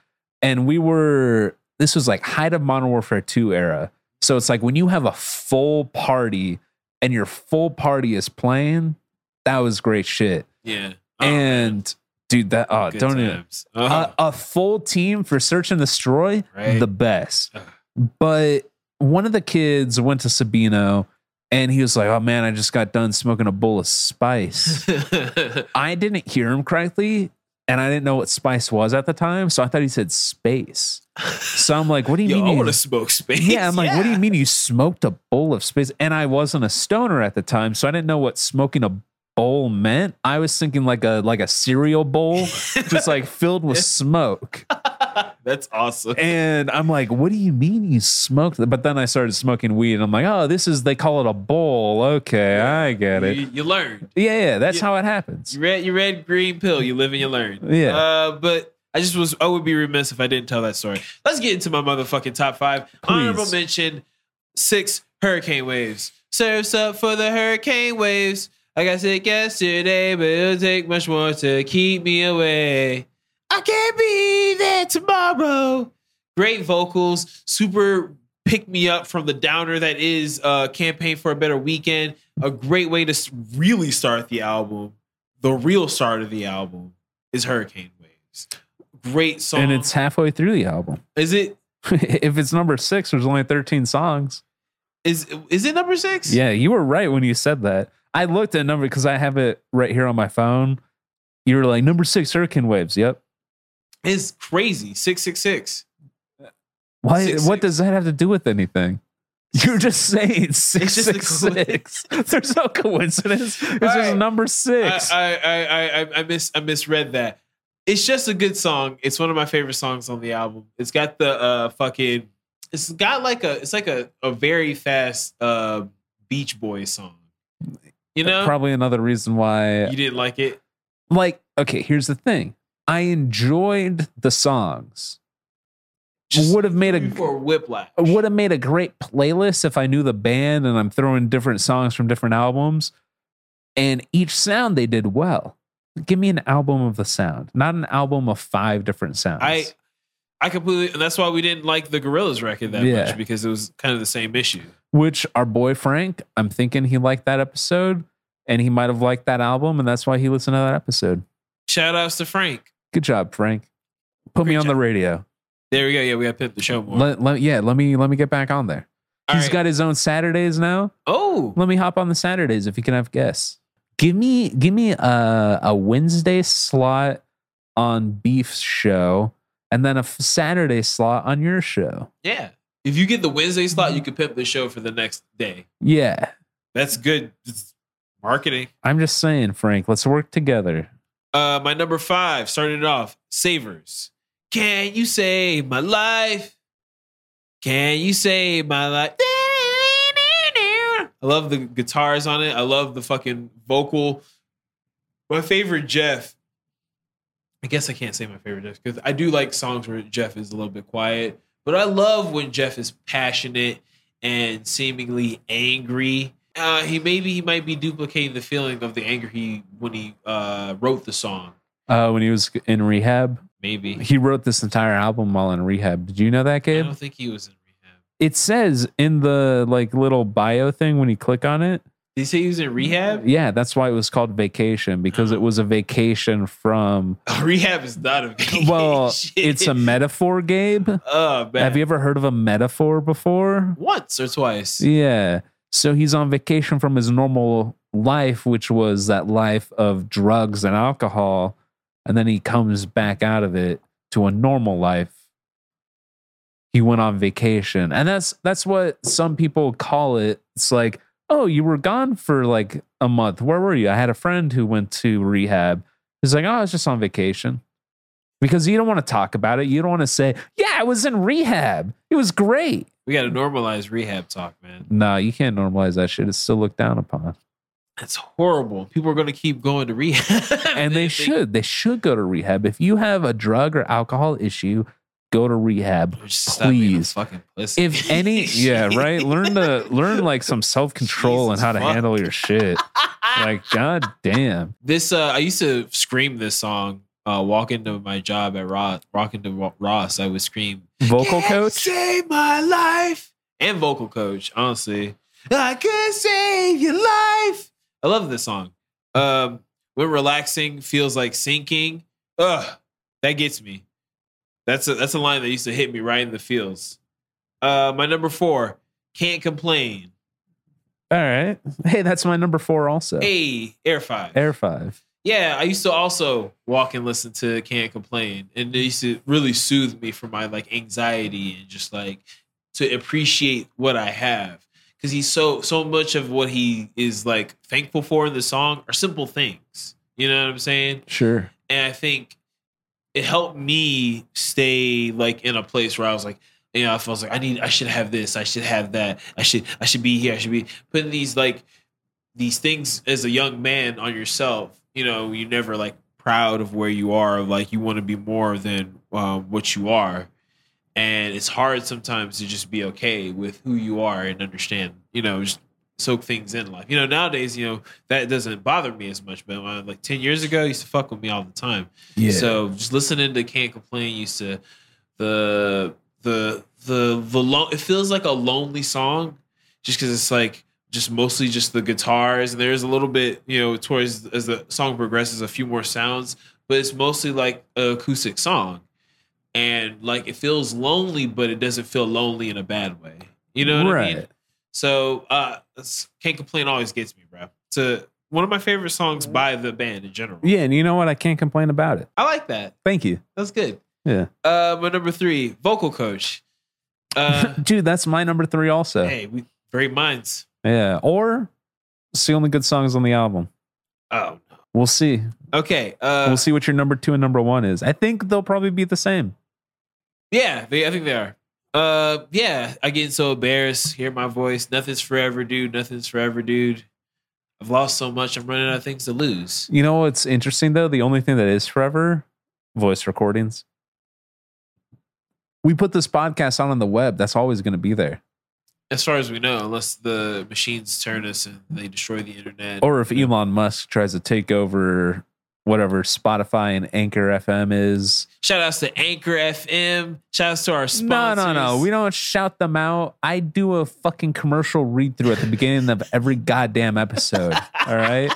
And we were this was like height of Modern Warfare 2 era. So it's like when you have a full party and your full party is playing, that was great shit.
Yeah, Oh,
and dude, that oh,
good
don't even
times. Oh,
a, a full team for search and destroy
Right.
Uh, the best
Ugh.
but one of the kids went to sabino and he was like oh man i just got done smoking a bowl of spice i didn't hear him correctly and i didn't know what spice was at the time so i thought he said space so i'm like what do you
Yo, I
mean
want
you-
to smoke space.
yeah, I'm like, what do you mean you smoked a bowl of space? And I wasn't a stoner at the time, so I didn't know what smoking a bowl meant. I was thinking like a like a cereal bowl, just like filled with smoke.
That's awesome.
And I'm like, what do you mean you smoked? But then I started smoking weed, and I'm like, oh, this is they call it a bowl. Okay, I get it.
You, you learned.
Yeah, yeah, that's
Yeah.
how it happens.
You read you read Green Pill, you live and you learn.
Yeah.
Uh, but I just was I would be remiss if I didn't tell that story. Let's get into my motherfucking top five. Honorable
Please.
mention six hurricane waves. Surfs up for the hurricane waves. Like I said yesterday, but it'll take much more to keep me away. I can't be there tomorrow. Great vocals, super pick me up from the downer that is uh, Campaign for a Better Weekend. A great way to s- really start the album. The real start of the album is Hurricane Waves. Great song.
And it's halfway through the album.
is it
if it's number six, there's only 13 songs.
is is it number six?
Yeah, you were right when you said that. I looked at number because I have it right here on my phone. You were like number six, hurricane waves. Yep.
It's crazy. Six six six.
Why?
Six,
what
six.
does that have to do with anything? You're just saying six,
just a
six, six. There's no coincidence. It's just
right.
number six.
I, I, I, I, I miss I misread that. It's just a good song. It's one of my favorite songs on the album. It's got the uh fucking it's got like a it's like a, a very fast uh Beach Boy song. You know?
Probably another reason why.
You didn't like it?
Like, okay, here's the thing. I enjoyed the songs. Would have made a
for whiplash.
would have made a great playlist if I knew the band and I'm throwing different songs from different albums. And each sound they did well. Give me an album of the sound, not an album of five different sounds.
I I completely and that's why we didn't like the Gorillas record that
Yeah.
much because it was kind of the same issue.
Which our boy Frank, I'm thinking he liked that episode and he might have liked that album. And that's why he listened to that episode.
Shout outs to Frank.
Good job, Frank. Put me
Great
on the
job.
radio.
There we go. Yeah, we gotta pimp the show more.
Let, let- yeah, let me let me get back on there.
All
He's
right.
got his own Saturdays now.
oh
Let me hop on the Saturdays if you can have guests. Give me give me a a Wednesday slot on Beef's show, and then a f- Saturday slot on your show.
yeah. If you get the Wednesday slot, you could pimp the show for the next day.
Yeah,
That's good It's marketing.
I'm just saying, Frank. Let's work together.
Uh, my number five, starting it off, Savers. Can you save my life? Can you save my life? I love the guitars on it. I love the fucking vocal. My favorite Jeff. I guess I can't say my favorite Jeff because I do like songs where Jeff is a little bit quiet, but I love when Jeff is passionate and seemingly angry. Uh, he maybe he might be duplicating the feeling of the anger he when he uh, wrote the song.
Uh, when he was in rehab,
Maybe
he wrote this entire album while in rehab. Did you know that,
I
Gabe?
don't think he was in rehab.
It says in the like little bio thing when you click on it.
Did he say he was in rehab?
Yeah, that's why it was called vacation because it was a vacation from.
rehab is not a vacation.
Well, it's a metaphor, Gabe.
Oh man,
Have you ever heard of a metaphor before?
once or twice?
Yeah. So he's on vacation from his normal life, which was that life of drugs and alcohol. And then he comes back out of it to a normal life. He went on vacation. And that's that's what some people call it. It's like, oh, you were gone for like a month. Where were you? I had a friend who went to rehab. He's like, oh, I was just on vacation. Because you don't want to talk about it. You don't want to say, yeah, I was in rehab. It was great.
We got to normalize rehab talk, man.
Nah, you can't normalize that shit. It's still looked down upon.
That's horrible. People are going to keep going to rehab,
And they should. They should go to rehab. If you have a drug or alcohol issue, go to rehab.
Just stop being a
Please.
fucking pussy.
If any Yeah, right. Learn to learn like some self-control and
Jesus
how to
fuck.
handle your shit. Like, god damn.
this uh i used to scream this song uh walk into my job at ross rock into Ro- ross i would scream
Vocal
"Can't
coach?
save my life and vocal coach honestly i could save your life i love this song um When relaxing feels like sinking, ugh, that gets me. That's a, that's a line that used to hit me right in the feels. Uh, my number four, can't complain.
All right. Hey, that's my number four also.
Hey, Air Five.
Air five.
Yeah, I used to also walk and listen to Can't Complain. And it used to really soothe me for my like anxiety and just like to appreciate what I have. Cause he's so so much of what he is like thankful for in the song are simple things. You know what I'm saying?
Sure.
and I think it helped me stay like in a place where I was like, you know, I felt like I need, I should have this, I should have that, I should, I should be here, I should be putting these like these things as a young man on yourself. You know, you're never like proud of where you are. Like you want to be more than um, what you are, and it's hard sometimes to just be okay with who you are and understand. You know, just soak things in life. You know, nowadays, you know that doesn't bother me as much. But when, like ten years ago, it used to fuck with me all the time.
Yeah.
So just listening to Can't Complain used to the the the the long it feels like a lonely song just because it's like just mostly just the guitars and there's a little bit you know towards as the song progresses a few more sounds but it's mostly like an acoustic song and like it feels lonely but it doesn't feel lonely in a bad way you know what I mean
right.
so uh it's- can't complain always gets me bro it's a, one of my favorite songs by the band in general
Yeah, and you know what? I can't complain about it.
I like that
Thank you.
that's good.
Yeah.
Uh, my number three, vocal coach. Uh,
Dude, that's my number three also.
hey, we great minds.
Yeah. Or it's the only good songs on the album.
Oh,
We'll see.
okay. Uh,
we'll see what your number two and number one is. I think they'll probably be the same.
yeah, they, I think they are. Uh, yeah, I get so embarrassed. Hear my voice. Nothing's forever, dude. Nothing's forever, dude. I've lost so much. I'm running out of things to lose.
You know what's interesting though? The only thing that is forever, voice recordings. We put this podcast out on the web. That's always going to be there.
As far as we know, unless the machines turn us and they destroy the internet,
Or if Elon Musk tries to take over whatever Spotify and Anchor FM is.
shout outs to Anchor FM. Shout outs to our sponsors.
No, no, no. We don't shout them out. I do a fucking commercial read through at the beginning of every goddamn episode. All right.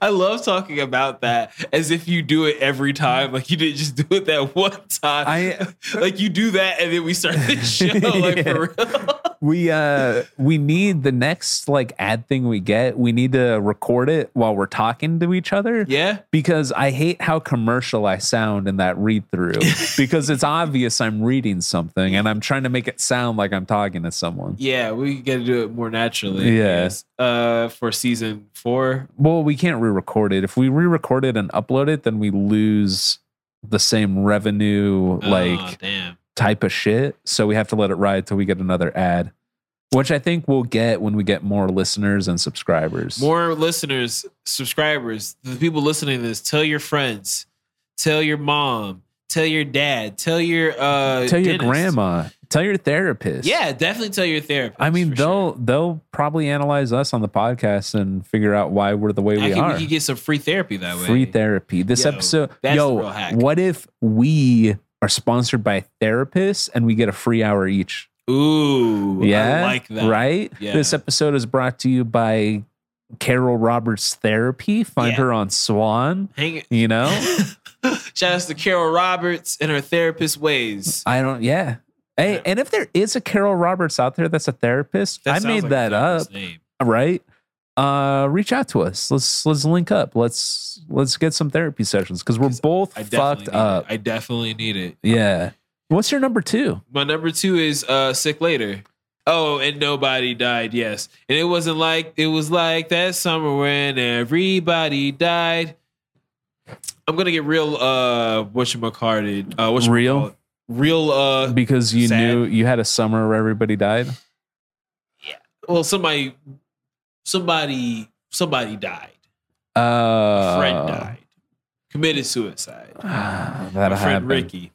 I love talking about that as if you do it every time. Like you didn't just do it that one time.
I
like you do that and then we start the show. Like for real.
we uh we need the next like ad thing we get. We need to record it while we're talking to each other.
yeah.
Because I hate how commercial I sound in that read through because it's obvious I'm reading something and I'm trying to make it sound like I'm talking to someone.
Yeah, we gotta do it more naturally. I
Yeah.
guess. Uh for season four.
Well, we can't re-record it. If we re-record it and upload it, then we lose the same revenue
oh,
like
damn.
type of shit. So we have to let it ride till we get another ad, which I think we'll get when we get more listeners and subscribers.
More listeners, subscribers, the people listening to this, tell your friends, tell your mom, tell your dad, tell your uh
tell your
dentist.
grandma, tell your therapist.
Yeah, definitely tell your therapist.
I mean,
for sure.
they'll they'll probably analyze us on the podcast and figure out why we're the
I
way we
think
are.
we could get some free therapy that way.
Free therapy. This
Yo,
episode,
that's the real
yo,
hack.
what if we are sponsored by therapists and we get a free hour each?
Ooh,
Yeah,
I like that.
Right.
Yeah.
This episode is brought to you by Carol Roberts Therapy. Find
Yeah.
her on Swan.
Hang it.
You know,
Shout outs to Carol Roberts and her therapist ways.
I don't. Yeah. Hey,
Yeah.
and if there is a Carol Roberts out there that's a therapist, I
sounds
made
like a
that up,
therapist's name.
right? Uh, reach out to us. Let's let's link up. Let's let's get some therapy sessions because we're
'Cause
both
I definitely
fucked
need
up.
It. I definitely need it.
Yeah. What's your number two?
My number two is uh, sick later. Oh, and nobody died. Yes, and it wasn't like it was like that summer when everybody died. I'm gonna get real. Uh, whatchamacarded. Uh, whatchamacallit.
Real?
Real. Uh,
Because you
Sad.
knew you had a summer where everybody died.
well, somebody, somebody, somebody died.
Uh,
A friend died, committed suicide.
That
My friend
happened.
Ricky,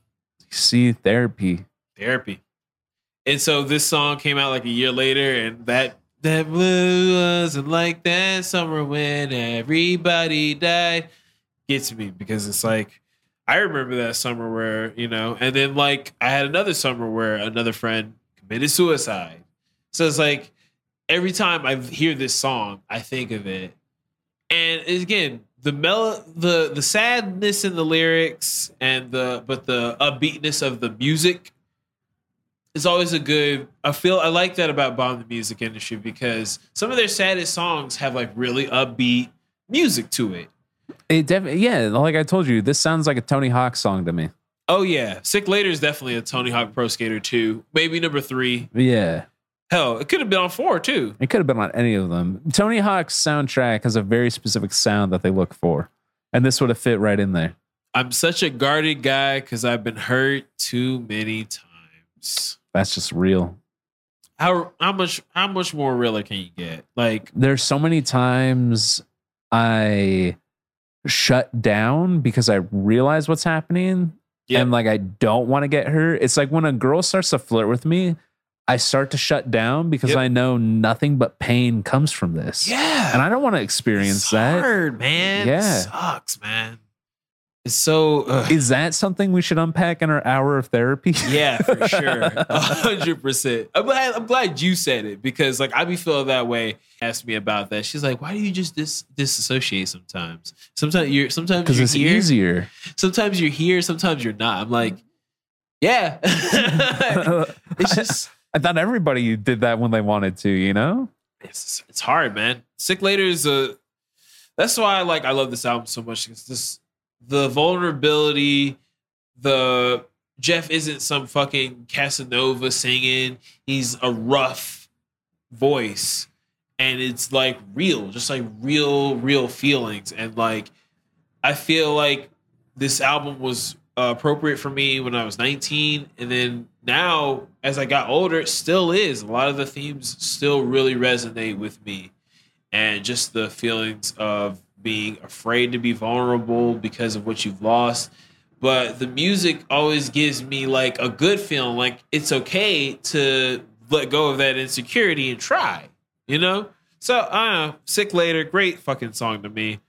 See therapy.
therapy. And so this song came out like a year later, and that that blue wasn't like that summer when everybody died gets me because it's like I remember that summer where you know, and then like I had another summer where another friend committed suicide. So it's like every time I hear this song, I think of it, and again, the mel the the sadness in the lyrics and the but the upbeatness of the music is always a good I feel I like that about Bomb the music industry because some of their saddest songs have like really upbeat music to it.
It definitely, yeah. Like I told you, this sounds like a Tony Hawk song to me.
Oh yeah, Sick Later is definitely a Tony Hawk Pro Skater 2, maybe number 3.
Yeah,
Hell, it could have been on 4 too.
it could have been on any of them. Tony Hawk's soundtrack has a very specific sound that they look for, and this would have fit right in there.
I'm such a guarded guy cuz I've been hurt too many times.
That's just real.
How how much how much more realer can you get? Like
There's so many times I shut down because I realize what's happening
yeah,
and like I don't want to get hurt. It's like when a girl starts to flirt with me, I start to shut down because
Yep.
I know nothing but pain comes from this.
yeah.
And I don't want to experience
it's
that.
hard, man.
Yeah.
It sucks, man. It's so ugh.
Is that something we should unpack in our hour of therapy?
yeah, for sure, a hundred percent. I'm glad. I'm glad you said it because like I be feeling that way. Asked me about that. She's like, "Why do you just dis- disassociate sometimes? Sometimes you're sometimes
Because
you're
it's
here.
easier.
Sometimes you're here. Sometimes you're not." I'm like, "Yeah." it's just
I thought everybody did that when they wanted to, you know?
it's it's hard, man. Sick later is a. That's why like I love this album so much because this the vulnerability, the Jeff isn't some fucking Casanova singing. He's a rough voice, and it's like real, just like real, real feelings, and like I feel like this album was uh, appropriate for me when I was 19, and then now as I got older, it still is. A lot of the themes still really resonate with me, and just the feelings of being afraid to be vulnerable because of what you've lost. But the music always gives me like a good feeling, like it's okay to let go of that insecurity and try, you know. So I don't know. Sick later, great fucking song to me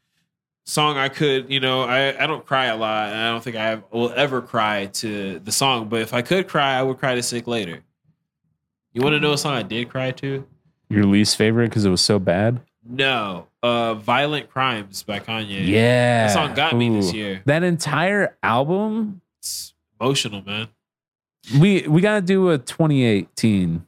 song I could, you know, I, I don't cry a lot, and I don't think I have, will ever cry to the song. But if I could cry, I would cry to "Sick" later. You want to know a song I did cry to?
Your least favorite because it was so bad?
No, uh, "Violent Crimes" by Kanye.
Yeah.
that song got me this
Ooh.
year.
That entire album,
It's emotional, man.
we we gotta do a 2018.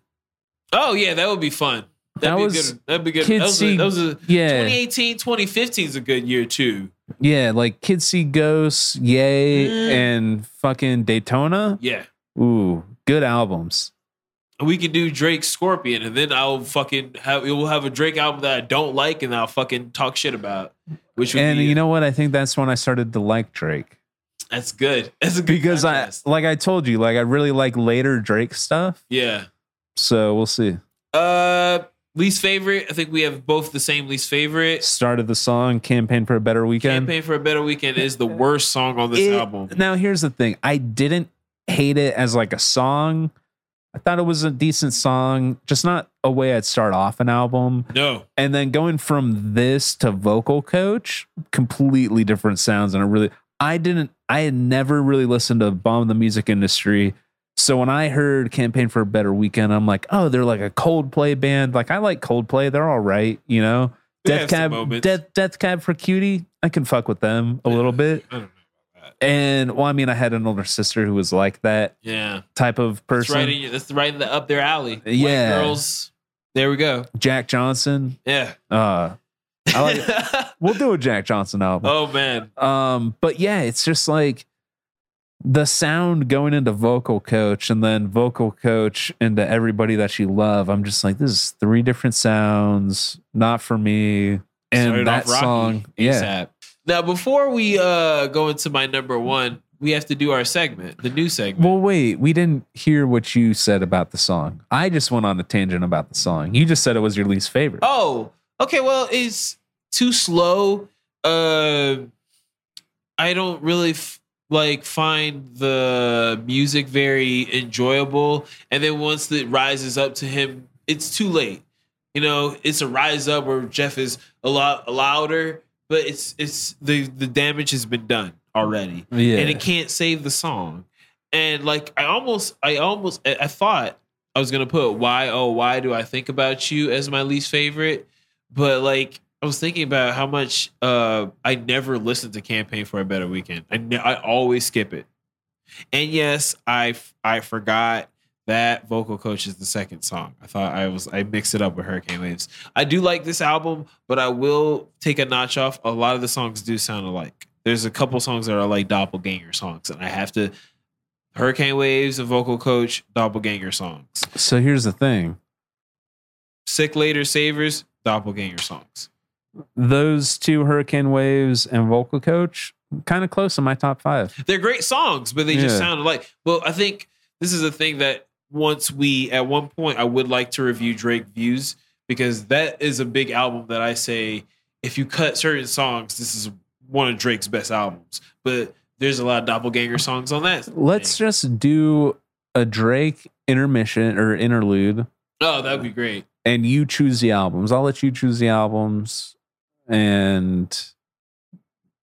Oh yeah, that would be fun. That'd
That
be
was
good. That'd be good.
kids
That was, a,
see-
that was a,
Yeah.
2018, 2015 is a good year too.
Yeah, like Kids See Ghosts, Yay,
Mm.
and fucking Daytona.
Yeah,
Ooh, good albums.
we could do Drake Scorpion, and then I'll fucking have we'll have a Drake album that I don't like, and I'll fucking talk shit about. Which would
And
be,
you know what? I think that's when I started to like Drake.
that's good. That's a good
Because I
contrast.
like I told you, like I really like later Drake stuff.
yeah.
So we'll see.
Uh, least favorite. I think we have both the same least favorite.
Started the song Campaign for a Better Weekend.
Campaign for a Better Weekend is the worst song on this
It-
album.
Now here's the thing. I didn't hate it as like a song. I thought it was a decent song, just not a way I'd start off an album.
No,
And then going from this to vocal coach, completely different sounds. And I really, I didn't, I had never really listened to Bomb the Music Industry. So when I heard Campaign for a Better Weekend, I'm like, oh, they're like a Coldplay band. Like I like Coldplay. They're all right, you know?
They
Death
have some
Cab,
moments.
Death, Death Cab for Cutie. I can fuck with them a little bit.
I don't know.
And well, I mean, I had an older sister who was like that
Yeah,
type of
that's
person.
right. In, that's right in the up their alley. White
Yeah.
girls. There we go.
Jack Johnson.
Yeah.
Uh, I like we'll do a Jack Johnson album.
oh man.
Um, but yeah, it's just like the sound going into vocal coach and then vocal coach into everybody that you love. I'm just like, this is three different sounds, not for me. And
Started
that
off rocky,
song, yeah,
ASAP. Now, before we uh go into my number one, we have to do our segment, the new segment.
Well, wait, we didn't hear what you said about the song. I just went on a tangent about the song. You just said it was your least favorite.
Oh, okay. Well, it's too slow. Uh, I don't really f- like find the music very enjoyable. And then once it rises up to him, it's too late. You know, it's a rise up where Jeff is a lot louder, but it's it's the the damage has been done already
yeah.
and it can't save the song. And like I almost, I almost, I I thought I was gonna put why oh why do I think about you as my least favorite, but like I was thinking about how much uh, I never listened to "Campaign for a Better Weekend." I ne- I always skip it. And yes, I f- I forgot that vocal coach is the second song. I thought I was I mixed it up with Hurricane Waves. I do like this album, but I will take a notch off. A lot of the songs do sound alike. There's a couple songs that are like doppelganger songs, and I have to Hurricane Waves and vocal coach doppelganger songs.
So here's the thing.
Sick later savers doppelganger songs.
Those two Hurricane Waves and Vocal Coach kind of close in my top five.
they're great songs, but they just
Yeah.
sound alike. Well, I think this is a thing that once we at one point I would like to review Drake Views because that is a big album that I say if you cut certain songs, this is one of Drake's best albums. But there's a lot of doppelganger songs on that.
Let's just do a Drake intermission or interlude,
Oh, that'd be great.
and you choose the albums. I'll let you choose the albums, and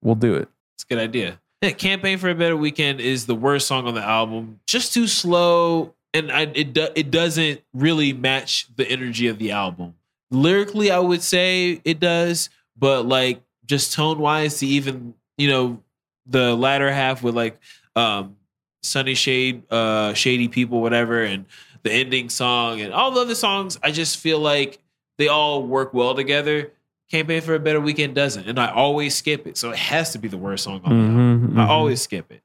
we'll do it.
It's a good idea. Yeah, Campaign for a Better Weekend is the worst song on the album. Just too slow, and I, it do, it doesn't really match the energy of the album. Lyrically, I would say it does, but like just tone wise, to even you know the latter half with like um Sunny Shade, uh Shady People, whatever, and the ending song and all the other songs, I just feel like they all work well together. Campaign for a Better Weekend doesn't, and I always skip it, so it has to be the worst song on
Mm-hmm.
the album. Oh, I Mm-hmm, always skip it.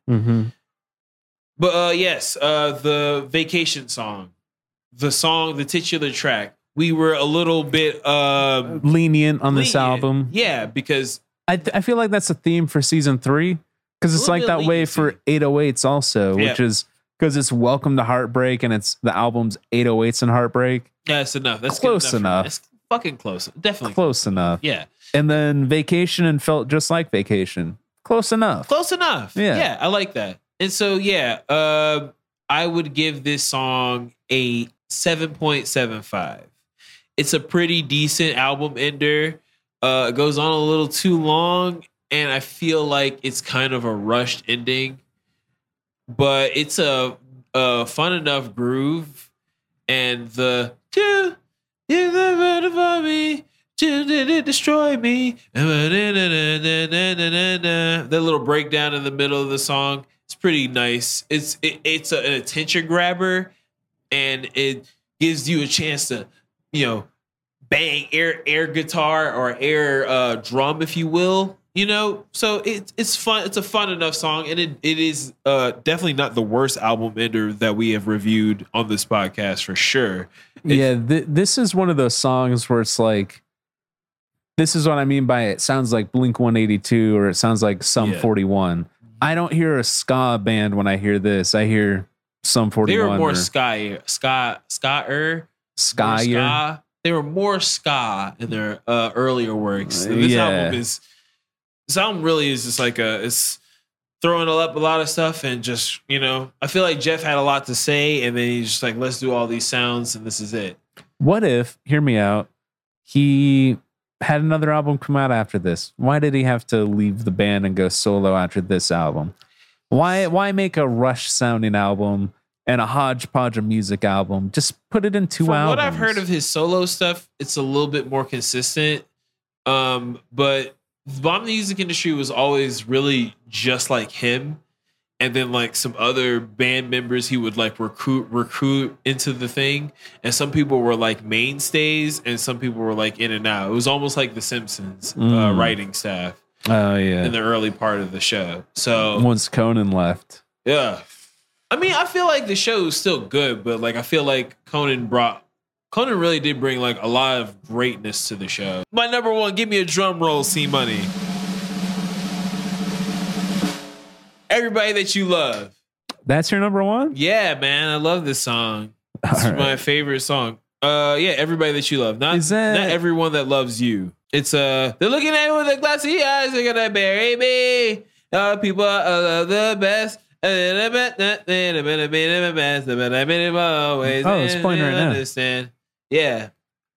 But uh, yes, uh, the vacation song, the song, the titular track, we were a little bit um,
lenient on this
lenient.
album.
Yeah, because
I, th- I feel like that's a theme for season three because it's
little
like
bit
that way for 808s also,
Yeah.
which is because it's Welcome to Heartbreak and it's the album's 808s and Heartbreak.
that's enough. That's good
Close
for me.
enough.
That's fucking close. Definitely.
Close enough.
Yeah,
And then Vacation and Felt Just Like Vacation. Close enough.
close enough.
Yeah.
yeah, I like that. And so yeah, um, I would give this song a seven point seven five. It's a pretty decent album ender. Uh, it goes on a little too long, and I feel like it's kind of a rushed ending. But it's a, a fun enough groove, and the two is the better for me. Two did it destroy me. That little breakdown in the middle of the song. It's pretty nice. It's it, it's a, an attention grabber, and it gives you a chance to, you know, bang air air guitar or air uh, drum, if you will. You know, so it's it's fun. It's a fun enough song, and it it is uh, definitely not the worst album ender that we have reviewed on this podcast for sure. It-
yeah, th- this is one of those songs where it's like, this is what I mean by it sounds like Blink 182 or it sounds like Sum
Yeah.
41. I don't hear a ska band when I hear this. I hear Sum 41.
They were
or
more sky ska ska-er, more
ska.
ska. They were more ska in their uh, earlier works. And this
Yeah.
album is this album really is just like a it's throwing up a lot of stuff and just you know I feel like Jeff had a lot to say and then he's just like let's do all these sounds and this is it.
What if, hear me out, he had another album come out after this? Why did he have to leave the band and go solo after this album? Why why make a rush sounding album and a hodgepodge of music album? Just put it in two
From
albums.
what I've heard of his solo stuff, it's a little bit more consistent. Um, but the bomb music industry was always really just like him, and then like some other band members he would like recruit recruit into the thing, and some people were like mainstays, and some people were like in and out. It was almost like The Simpsons uh,
Mm.
writing staff
Oh yeah.
in the early part of the show. So
Once Conan left.
yeah. I mean, I feel like the show is still good, but like I feel like Conan brought Conan really did bring like a lot of greatness to the show. My number one, give me a drum roll, C Money. Everybody that you love.
That's your number one?
Yeah, man, I love this song. It's
All right.
my favorite song. Uh yeah, everybody that you love. Not,
Is that-
not everyone that loves you. It's uh they're looking at me with their glassy eyes, they're gonna bury me. All the people I love the best. Oh,
Oh, it's playing right now.
Understand. Yeah.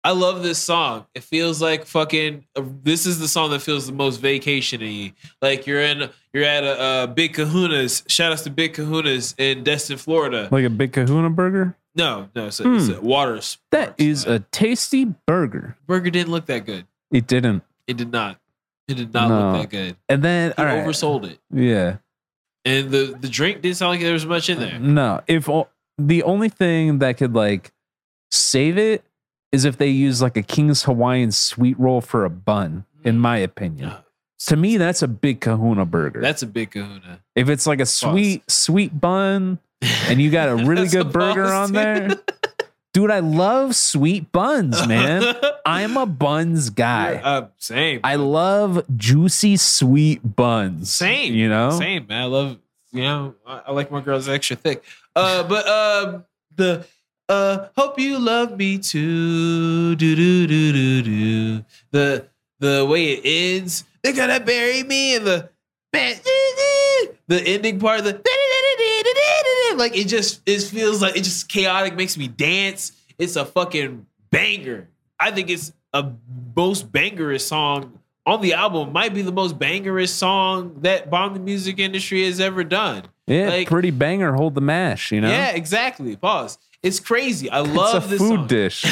I love this song. It feels like fucking. uh, This is the song that feels the most vacationy. Like you're in, you're at a, a Big Kahuna's. Shout outs to Big Kahuna's in Destin, Florida.
Like a big kahuna burger?
No, no, it's a,
Hmm.
it's a water.
That
sports.
is a tasty burger.
burger. Didn't look that good.
It didn't.
It did not. It did not
No.
look that good.
And then
He
all right,
oversold it,
yeah,
and the the drink didn't sound like there was much in there.
no. If o- the only thing that could like save it is if they use like a King's Hawaiian sweet roll for a bun, in my opinion.
Mm. Yeah.
To me, that's a big Kahuna burger.
That's a big kahuna.
if it's like a sweet sweet bun and you got a really
That's a
good burger
pause.
on there, dude. I love sweet buns, man. I'm a buns guy.
Uh, same.
I love juicy sweet buns.
Same,
You know?
Same, man. I love you know, I, I like my girls extra thick. Uh but um the uh hope you love me too. Do do do do do. The the way it ends, they're gonna bury me in the the ending part of the like it just it feels like it just chaotic makes me dance. It's a fucking banger. I think it's a most bangerous song on the album. Might be the most bangerous song that Bomb the Music Industry has ever done.
Yeah,
Like-
pretty banger. Hold the mash, you know?
Yeah, exactly. Pause. It's crazy. I
it's
love
a
this
food
song.
dish.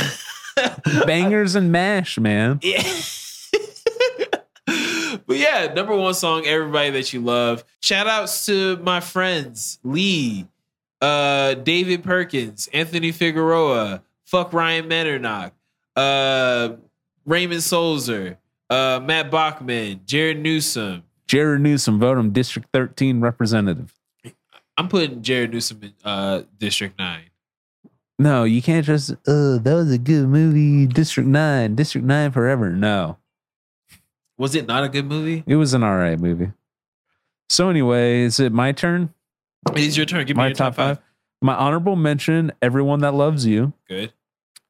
Bangers and mash, man.
Yeah. but yeah, number one song, everybody that you love. Shout outs to my friends Lee, uh, David Perkins, Anthony Figueroa, fuck Ryan Metternach, uh, Raymond Solzer, uh, Matt Bachman, Jared Newsom.
Jared Newsom, vote him District 13 representative.
I'm putting Jared Newsom in uh, District Nine.
No, you can't just, oh, that was a good movie. District 9, District 9 forever. No,
Was it not a good movie?
it was an all right movie. So, anyway, is it my turn?
It is your turn. Give me
my
your top, five.
My honorable mention Everyone That Loves You.
Good.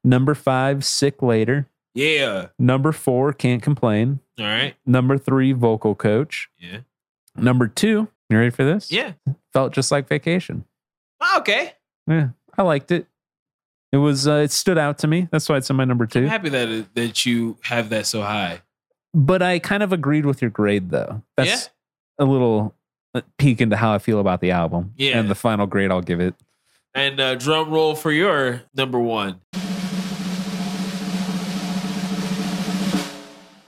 Number five, Sick Later.
Yeah.
Number four, Can't Complain.
All right.
Number three, vocal coach.
Yeah.
Number two, you ready for this?
Yeah.
Felt just like vacation.
Ah, okay.
Yeah. I liked it. It was, uh, it stood out to me. That's why it's in my number
I'm
two.
happy that that you have that so high.
But I kind of agreed with your grade though. That's a little uh, peek into how I feel about the album.
Yeah.
And the final grade I'll give it.
And uh, drum roll for your number one.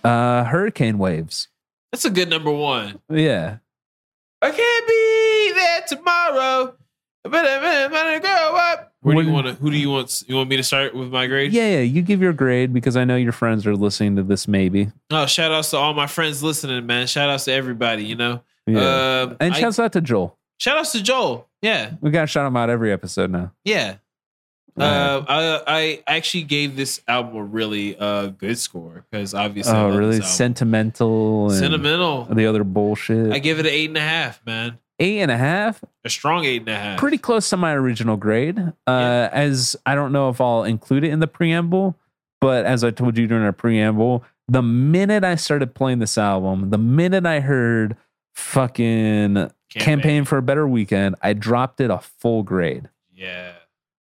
Uh, Hurricane Waves.
That's a good number one.
Yeah.
I can't be there tomorrow, but I'm gonna grow up. Where do you
When-
want to? Who do you want? You want me to start with my grade?
Yeah. Yeah. You give your grade because I know your friends are listening to this, maybe.
Oh, shout outs to all my friends listening, man. Shout outs to everybody. You know.
Yeah.
Um,
and
I-
shouts out to Joel.
shout outs to Joel. Yeah.
We got to shout him out every episode now.
Yeah. Uh, I I actually gave this album a really uh good score because obviously I
oh,
love
really?
this album.
Sentimental. And
sentimental.
the other bullshit.
I give it an eight and a half, man.
eight and a half,
A strong eight and a half.
pretty close to my original grade. Uh,
Yeah.
As I don't know if I'll include it in the preamble, but as I told you during our preamble, the minute I started playing this album, the minute I heard fucking campaign, for a better weekend, I dropped it a full grade.
Yeah.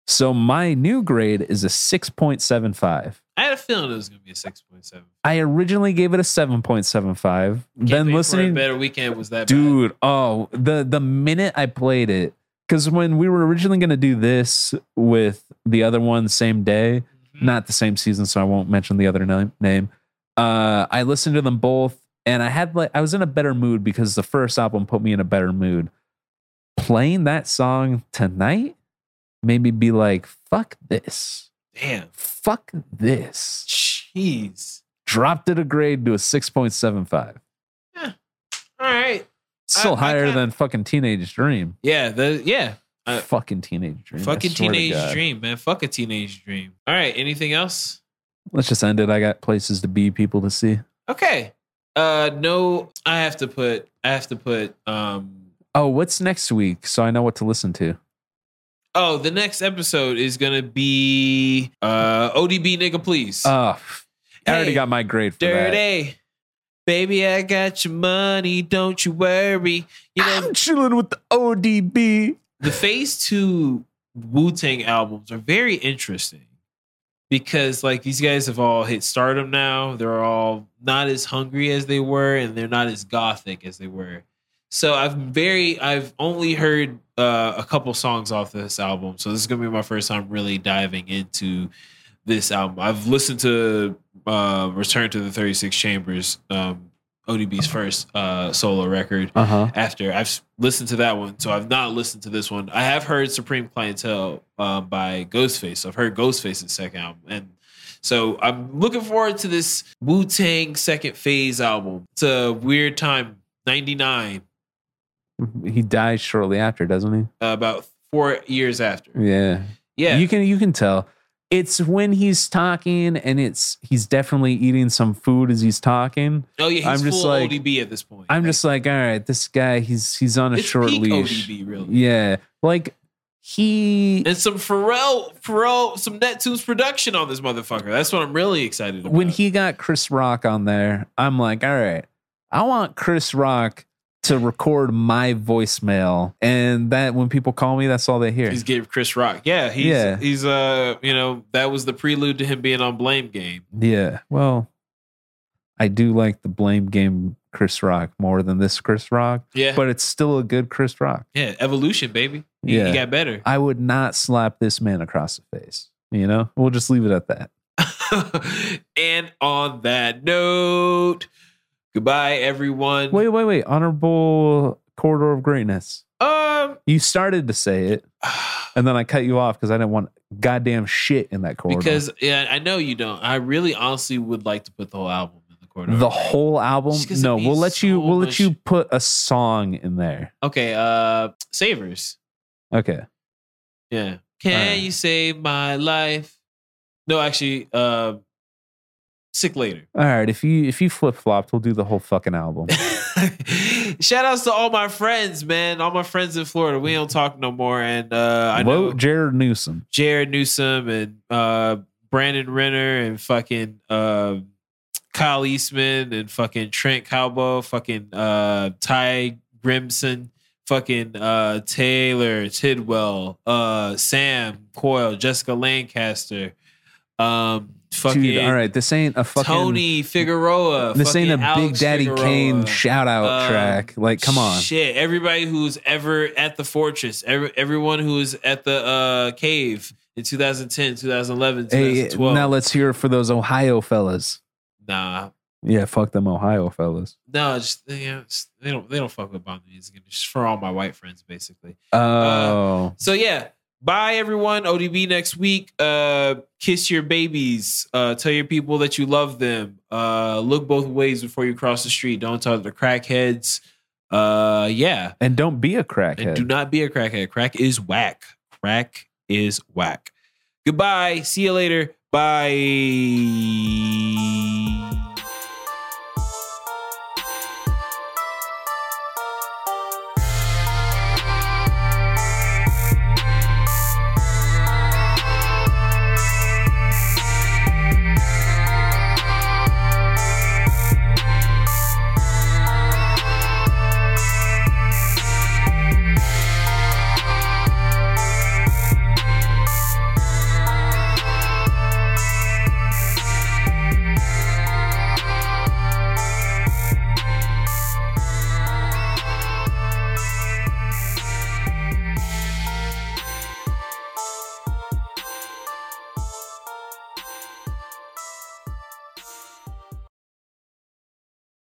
So my new grade is a 6.75.
I had a feeling it was gonna be a six point seven.
I originally gave it a 7.75. then
for a
listening
better weekend was that bad.
dude oh the the minute i played it because when we were originally going to do this with the other one same day
Mhm.
not the same season so i won't mention the other name name uh i listened to them both and i had like i was in a better mood because the first album put me in a better mood playing that song tonight made me be like fuck this
Mm-hmm. Damn.
fuck this
Jeez.
dropped it a grade to a 6.75
All right. I-
still
I
higher
kinda-
than fucking teenage dream
Yeah. The yeah. Uh,
fucking teenage dream. I
Fucking
swear to
teenage
God.
dream, man. Fuck a teenage dream. All right. Anything else?
Let's just end it. I got places to be, people to see.
Okay. Uh no, I have to put I have to put um
Oh, what's next week? So I know what to listen to.
oh, the next episode is going to be uh ODB nigga please.
Oh, f- I already
Hey,
got my grade for that.
Dirty. Baby, I got your money, don't you worry. You know
I'm chilling with the ODB.
the phase two Wu Tang albums are very interesting because like these guys have all hit stardom now. They're all not as hungry as they were, and they're not as gothic as they were. So I've very I've only heard uh, a couple songs off this album, so this is gonna be my first time really diving into this album. I've listened to uh, Return to the 36 Chambers, um, ODB's first uh, solo record.
Uh huh.
After I've s- listened to that one, so I've not listened to this one. I have heard Supreme Clientele uh, by Ghostface. I've heard Ghostface's second album, and so I'm looking forward to this Wu Tang second phase album. It's a weird time, '99,
He dies shortly after, doesn't
about four years after.
he? Yeah.
Yeah,
You can you can tell. It's when he's talking and it's he's definitely eating some food as he's talking.
oh yeah, he's
I'm just
full
like-
ODB at this point.
I'm just like, all right, this guy he's he's on a
it's
short
peak
leash.
ODB really.
Yeah. Like he
and some Pharrell, Pharrell, some Neptune's production on this motherfucker. That's what I'm really excited about.
when he got Chris Rock on there, I'm like, all right, I want Chris Rock to record my voicemail and that when people call me, that's all they hear.
he's gave Chris Rock, yeah, he's
Yeah.
he's uh, you know, that was the prelude to him being on Blame Game.
Yeah. Well, I do like the blame game Chris Rock more than this Chris Rock,
Yeah,
but it's still a good Chris Rock.
yeah, evolution, baby. He,
Yeah.
he got better.
I would not slap this man across the face. You know, we'll just leave it at that.
and on that note, goodbye, everyone.
Wait, wait, wait. Honorable corridor of greatness.
um,
You started to say it, and then I cut you off because I didn't want goddamn shit in that corridor.
because yeah, I know you don't. I really, honestly, would like to put the whole album in the corner.
the whole album.
Just 'cause it
No, we'll
means
let you.
so
We'll let
much-
you put a song in there.
okay, uh, Savers.
Okay.
Yeah. Can
Alright.
you save my life? No, actually, uh, sick later.
All right. If you if you flip flopped, we'll do the whole fucking album.
Shout outs to all my friends, man. All my friends in Florida. We don't talk no more. And uh, I know
Vote Jared Newsom.
Jared Newsom and uh, Brandon Renner and fucking uh, Kyle Eastman and fucking Trent Cowboy, fucking uh, Ty Grimson, fucking uh, Taylor Tidwell, uh, Sam Coyle, Jessica Lancaster, um, fucking
Dude, all right, this ain't a fucking
Tony Figueroa.
This ain't a
fucking
Big
Alex
Daddy
Figueroa.
Kane shout out
Um,
track. Like, come on.
Shit, everybody who's ever at the fortress, every, everyone who was at the uh, cave in 2010, 2011,
Hey,
2012.
now let's hear it for those Ohio fellas.
nah,
Yeah, fuck them Ohio fellas.
no, just, you know, it's- they don't they don't fuck with Bond music. It's just for all my white friends, basically.
Oh,
So yeah, bye everyone. ODB next week. Uh, kiss your babies. Uh, tell your people that you love them. Uh, look both ways before you cross the street. Don't talk to crackheads. Uh, yeah.
and don't be a
And do
crackhead.
not be a crackhead. Crack is whack. Crack is whack. Goodbye. See you later. Bye.